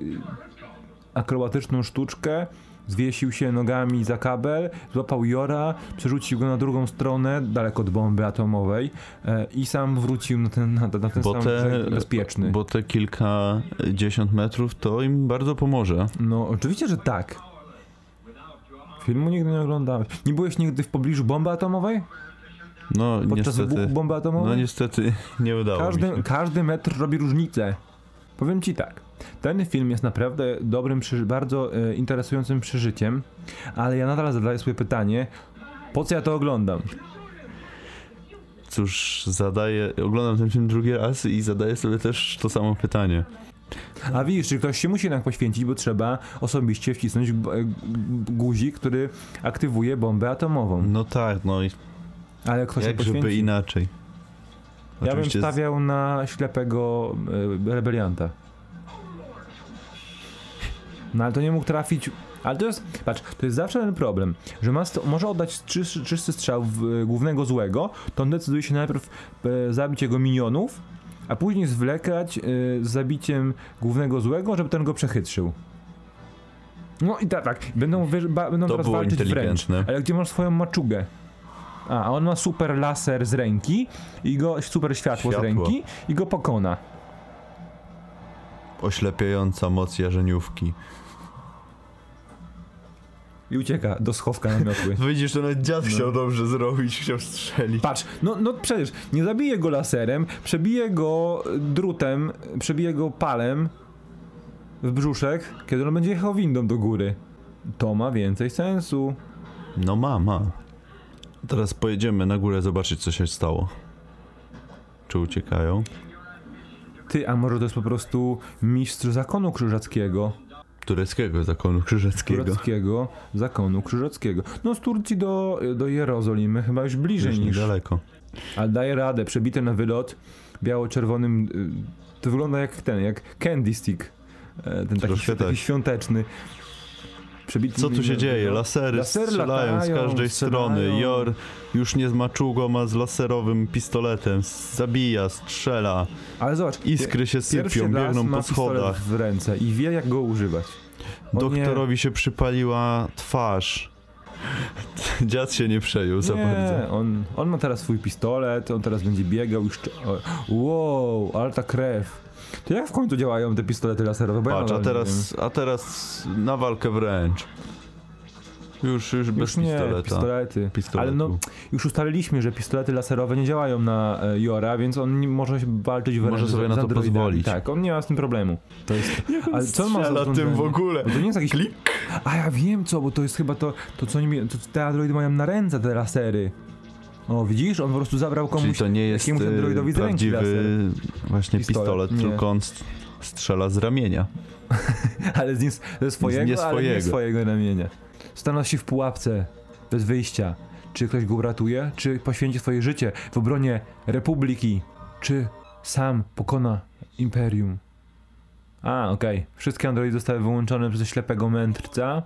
[SPEAKER 1] akrobatyczną sztuczkę, zwiesił się nogami za kabel, złapał Jora, przerzucił go na drugą stronę, daleko od bomby atomowej e, i sam wrócił na ten, na, na ten
[SPEAKER 2] Bo
[SPEAKER 1] sam
[SPEAKER 2] te,
[SPEAKER 1] brzeg bezpieczny.
[SPEAKER 2] bo te kilkadziesiąt metrów to im bardzo pomoże.
[SPEAKER 1] No, oczywiście, że tak. Filmu nigdy nie oglądałeś. Nie byłeś nigdy w pobliżu bomby atomowej?
[SPEAKER 2] No
[SPEAKER 1] Podczas
[SPEAKER 2] niestety.
[SPEAKER 1] wybuchu bomby atomowej?
[SPEAKER 2] No niestety [LAUGHS] nie udało mi
[SPEAKER 1] Każdy,
[SPEAKER 2] się.
[SPEAKER 1] każdy metr robi różnicę. Powiem ci tak. Ten film jest naprawdę dobrym, przeży- bardzo e, interesującym przeżyciem, ale ja nadal zadaję sobie pytanie, po co ja to oglądam?
[SPEAKER 2] Cóż, zadaję, oglądam ten film drugi raz i zadaję sobie też to samo pytanie.
[SPEAKER 1] A widzisz, czy ktoś się musi jednak poświęcić, bo trzeba osobiście wcisnąć b- e, g- guzik, który aktywuje bombę atomową.
[SPEAKER 2] No tak, no i
[SPEAKER 1] Ale kto się
[SPEAKER 2] jak żeby
[SPEAKER 1] poświęci?
[SPEAKER 2] inaczej.
[SPEAKER 1] Ja bym
[SPEAKER 2] Oczywiście z-
[SPEAKER 1] stawiał na ślepego e, rebelianta. No ale to nie mógł trafić. Ale to jest. Patrz, to jest zawsze ten problem, że ma st- może oddać czysty, czysty strzał w e, głównego złego, to on decyduje się najpierw e, zabić jego minionów, a później zwlekać e, z zabiciem głównego złego, żeby ten go przechytrzył. No i tak, tak. Będą, wyż- ba- będą
[SPEAKER 2] To
[SPEAKER 1] teraz
[SPEAKER 2] było
[SPEAKER 1] walczyć wręcz.
[SPEAKER 2] inteligentne.
[SPEAKER 1] Ale gdzie masz swoją maczugę? A, a on ma super laser z ręki i go super światło,
[SPEAKER 2] Światło.
[SPEAKER 1] z ręki i go pokona.
[SPEAKER 2] Oślepiająca moc jarzeniówki.
[SPEAKER 1] I ucieka do schowka na miotły.
[SPEAKER 2] Widzisz, ten dziad chciał dobrze zrobić, chciał
[SPEAKER 1] [LAUGHS]
[SPEAKER 2] strzelić.
[SPEAKER 1] Patrz, no, no przecież nie zabije go laserem, przebije go y, drutem, przebije go palem w brzuszek, kiedy on będzie jechał windą do góry. To ma więcej sensu.
[SPEAKER 2] No ma, ma. Teraz pojedziemy na górę zobaczyć, co się stało. Czy uciekają?
[SPEAKER 1] Ty, a może to jest po prostu mistrz zakonu krzyżackiego?
[SPEAKER 2] Tureckiego zakonu krzyżackiego.
[SPEAKER 1] Krzyżackiego, zakonu krzyżackiego. No z Turcji do, do Jerozolimy chyba już bliżej
[SPEAKER 2] Już
[SPEAKER 1] niż,
[SPEAKER 2] niedaleko.
[SPEAKER 1] Ale daje radę, przebite na wylot, biało-czerwonym. y, To wygląda jak ten, jak candy stick. e, Ten taki,
[SPEAKER 2] Troszkę
[SPEAKER 1] taki
[SPEAKER 2] tak.
[SPEAKER 1] świąteczny. Przebity
[SPEAKER 2] Co tu się
[SPEAKER 1] na
[SPEAKER 2] dzieje?
[SPEAKER 1] wylot.
[SPEAKER 2] Lasery
[SPEAKER 1] no, Lasery
[SPEAKER 2] strzelają z
[SPEAKER 1] latają,
[SPEAKER 2] każdej
[SPEAKER 1] strzelają.
[SPEAKER 2] strony. Jor już nie z maczugą, a z laserowym pistoletem. S- Zabija, strzela.
[SPEAKER 1] Ale zobacz.
[SPEAKER 2] Iskry się
[SPEAKER 1] pie- pierwszy
[SPEAKER 2] sypią,
[SPEAKER 1] raz
[SPEAKER 2] biegną
[SPEAKER 1] ma
[SPEAKER 2] po
[SPEAKER 1] pistolet
[SPEAKER 2] schodach.
[SPEAKER 1] w ręce i wie, jak go używać. O
[SPEAKER 2] Doktorowi się przypaliła twarz. [LAUGHS] Dziad się nie przejął za
[SPEAKER 1] nie,
[SPEAKER 2] bardzo.
[SPEAKER 1] nie, on, on ma teraz swój pistolet, on teraz będzie biegał i szcze... o, Wow, ale ta krew. To jak w końcu działają te pistolety laserowe? Bo ja
[SPEAKER 2] Patrz, a
[SPEAKER 1] nadal nie wiem.
[SPEAKER 2] teraz, a teraz na walkę wręcz. Już, już
[SPEAKER 1] już
[SPEAKER 2] bez
[SPEAKER 1] nie,
[SPEAKER 2] pistoleta.
[SPEAKER 1] pistolety.
[SPEAKER 2] Pistoletu.
[SPEAKER 1] Ale no, już ustaliliśmy, że pistolety laserowe nie działają na e, Jora, więc on nie, może się walczyć wręcz
[SPEAKER 2] Może sobie
[SPEAKER 1] z-
[SPEAKER 2] na
[SPEAKER 1] z
[SPEAKER 2] to
[SPEAKER 1] androidami.
[SPEAKER 2] pozwolić.
[SPEAKER 1] Tak, on nie ma z tym problemu. To jest... [LAUGHS] Ale co on ma za
[SPEAKER 2] Strzela tym
[SPEAKER 1] urządzenie?
[SPEAKER 2] w ogóle.
[SPEAKER 1] Bo to nie jest jakiś...
[SPEAKER 2] Klik.
[SPEAKER 1] A ja wiem co, bo to jest chyba to, to co oni, mi- to, te androidy mają na ręce, te lasery. O, widzisz? On po prostu zabrał komuś,
[SPEAKER 2] Czyli to nie jest
[SPEAKER 1] jakiemuś
[SPEAKER 2] y,
[SPEAKER 1] androidowi z ręki
[SPEAKER 2] prawdziwy
[SPEAKER 1] laser.
[SPEAKER 2] właśnie
[SPEAKER 1] Pistolet.
[SPEAKER 2] pistolet,
[SPEAKER 1] Nie.
[SPEAKER 2] tylko on st- strzela z ramienia.
[SPEAKER 1] Ale z nie, ze swojego,
[SPEAKER 2] nie
[SPEAKER 1] ale nie
[SPEAKER 2] swojego.
[SPEAKER 1] swojego ramienia. Stanął się w pułapce, bez wyjścia. Czy ktoś go uratuje, czy poświęci swoje życie w obronie republiki, czy sam pokona imperium. A, okej. Wszystkie androidy zostały wyłączone przez ślepego mędrca.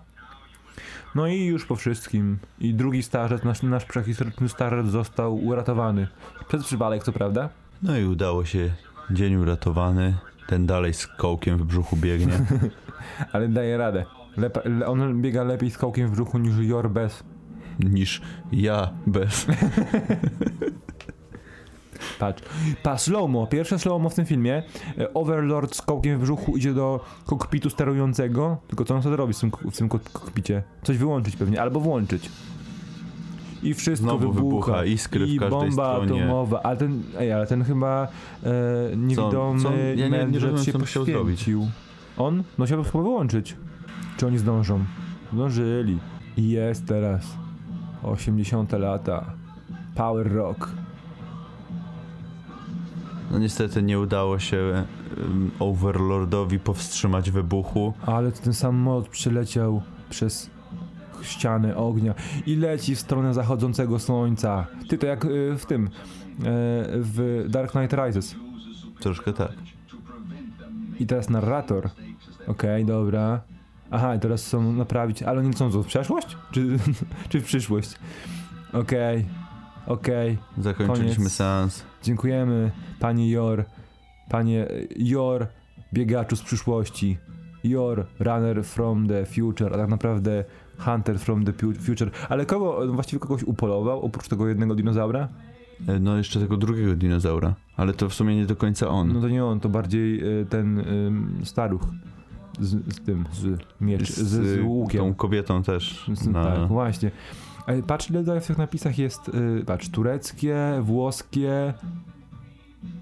[SPEAKER 1] No i już po wszystkim. I drugi starzec, nasz, nasz przehistoryczny starzec został uratowany. Przez przypadek, co prawda?
[SPEAKER 2] No i udało się. Dzień uratowany. Ten dalej z kołkiem w brzuchu biegnie. [LAUGHS]
[SPEAKER 1] Ale daje radę. Lepa, le, on biega lepiej z kołkiem w brzuchu niż Jor bez.
[SPEAKER 2] niż ja bez.
[SPEAKER 1] Patrz. Pa, slowmo. Pierwsze slowmo w tym filmie. E, Overlord z kołkiem w brzuchu idzie do kokpitu sterującego. Tylko co on sobie robi w tym, ko- w tym kok- kokpicie? Coś wyłączyć pewnie, albo włączyć. I wszystko
[SPEAKER 2] Znowu
[SPEAKER 1] wybucha.
[SPEAKER 2] wybucha, iskry w
[SPEAKER 1] I
[SPEAKER 2] każdej
[SPEAKER 1] bomba
[SPEAKER 2] stronie.
[SPEAKER 1] atomowa. Ale ten, ej, ale ten chyba e, niewidomy
[SPEAKER 2] co on- ja nie- nie
[SPEAKER 1] mędrzec
[SPEAKER 2] rozumiem,
[SPEAKER 1] się
[SPEAKER 2] co on chciał
[SPEAKER 1] poświęcił. On? No się po prostu wyłączyć. Czy oni zdążą? Zdążyli. I Jest teraz 80 lata. Power rock.
[SPEAKER 2] No niestety nie udało się ym, Overlordowi powstrzymać wybuchu.
[SPEAKER 1] Ale to ten samolot przyleciał przez ścianę ognia i leci w stronę zachodzącego słońca. Ty to jak y, w tym, y, w Dark Knight Rises.
[SPEAKER 2] Troszkę tak.
[SPEAKER 1] I teraz narrator. Okej, dobra. Aha, i teraz są naprawić, ale oni są w przeszłość? Czy, [LAUGHS] czy w przyszłość? Okej, okej.
[SPEAKER 2] Zakończyliśmy
[SPEAKER 1] Koniec.
[SPEAKER 2] seans.
[SPEAKER 1] Dziękujemy, panie Jor, panie y, Jor, biegaczu z przyszłości. Jor, runner from the future, a tak naprawdę hunter from the pu- future. Ale kogo, właściwie kogoś upolował, oprócz tego jednego dinozaura?
[SPEAKER 2] Y, No jeszcze tego drugiego dinozaura. Ale to w sumie nie do końca on.
[SPEAKER 1] No to nie on, to bardziej y, ten ym, staruch z, z tym, z miecz, z, z,
[SPEAKER 2] y,
[SPEAKER 1] łukiem.
[SPEAKER 2] Tą kobietą też.
[SPEAKER 1] Z- Tak, właśnie. Ale patrz, ile tutaj w tych napisach jest, y, patrz, tureckie, włoskie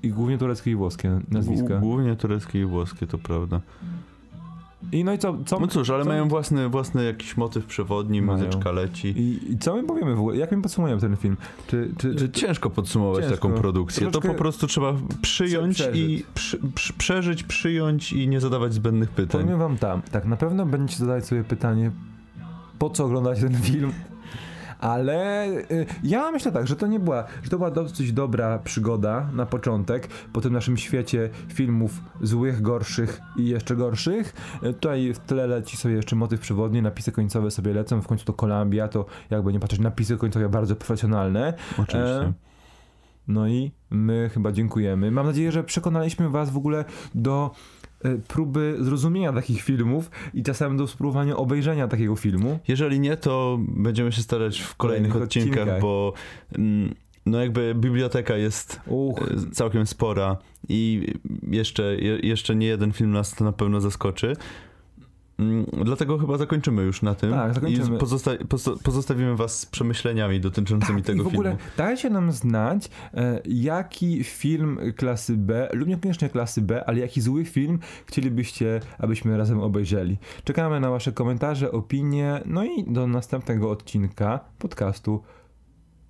[SPEAKER 1] i głównie tureckie i włoskie nazwiska.
[SPEAKER 2] Gł- Głównie tureckie i włoskie, to prawda.
[SPEAKER 1] I no i co, co
[SPEAKER 2] No cóż, ale
[SPEAKER 1] co-
[SPEAKER 2] mają własny, własny jakiś motyw przewodni,
[SPEAKER 1] Mają.
[SPEAKER 2] muzyczka leci.
[SPEAKER 1] I, I co my powiemy w ogóle? Jak my podsumujemy ten film? Czy, czy, czy,
[SPEAKER 2] Czy ciężko podsumować
[SPEAKER 1] Ciężko.
[SPEAKER 2] taką produkcję?
[SPEAKER 1] Troszkę-
[SPEAKER 2] To po prostu trzeba przyjąć
[SPEAKER 1] Prze- przeżyć.
[SPEAKER 2] i przy, przy, przeżyć, przyjąć i nie zadawać zbędnych pytań.
[SPEAKER 1] powiem wam tam, tak na pewno będziecie zadawać sobie pytanie, po co oglądać ten film? Ale y, ja myślę tak, że to nie była, że to była dosyć dobra przygoda na początek po tym naszym świecie filmów złych, gorszych i jeszcze gorszych. Y, Tutaj w tle leci sobie jeszcze motyw przewodni, napisy końcowe sobie lecą, w końcu to Columbia, to jakby nie patrzeć, napisy końcowe bardzo profesjonalne.
[SPEAKER 2] Oczywiście.
[SPEAKER 1] E, No i my chyba dziękujemy. Mam nadzieję, że przekonaliśmy Was w ogóle do e, próby zrozumienia takich filmów i czasem do spróbowania obejrzenia takiego filmu.
[SPEAKER 2] Jeżeli nie, to będziemy się starać w kolejnych,
[SPEAKER 1] Kolejnych
[SPEAKER 2] odcinkach,
[SPEAKER 1] odcinkach.
[SPEAKER 2] bo mm, no jakby biblioteka jest
[SPEAKER 1] Uch,
[SPEAKER 2] e, całkiem spora i jeszcze, je, jeszcze nie jeden film nas to na pewno zaskoczy. Mm, Dlatego chyba zakończymy już na tym
[SPEAKER 1] Tak, zakończymy.
[SPEAKER 2] i pozosta- pozo- pozostawimy was z przemyśleniami dotyczącymi
[SPEAKER 1] Tak, I
[SPEAKER 2] tego
[SPEAKER 1] w ogóle
[SPEAKER 2] filmu.
[SPEAKER 1] dajcie nam znać, e, jaki film klasy B, lub niekoniecznie klasy B, ale jaki zły film chcielibyście, abyśmy razem obejrzeli. Czekamy na Wasze komentarze, opinie, no i do następnego odcinka podcastu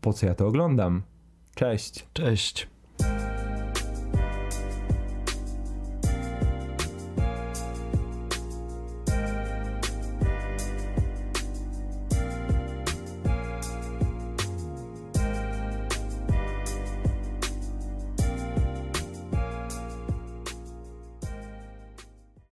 [SPEAKER 1] Po co ja to oglądam? Cześć!
[SPEAKER 2] Cześć!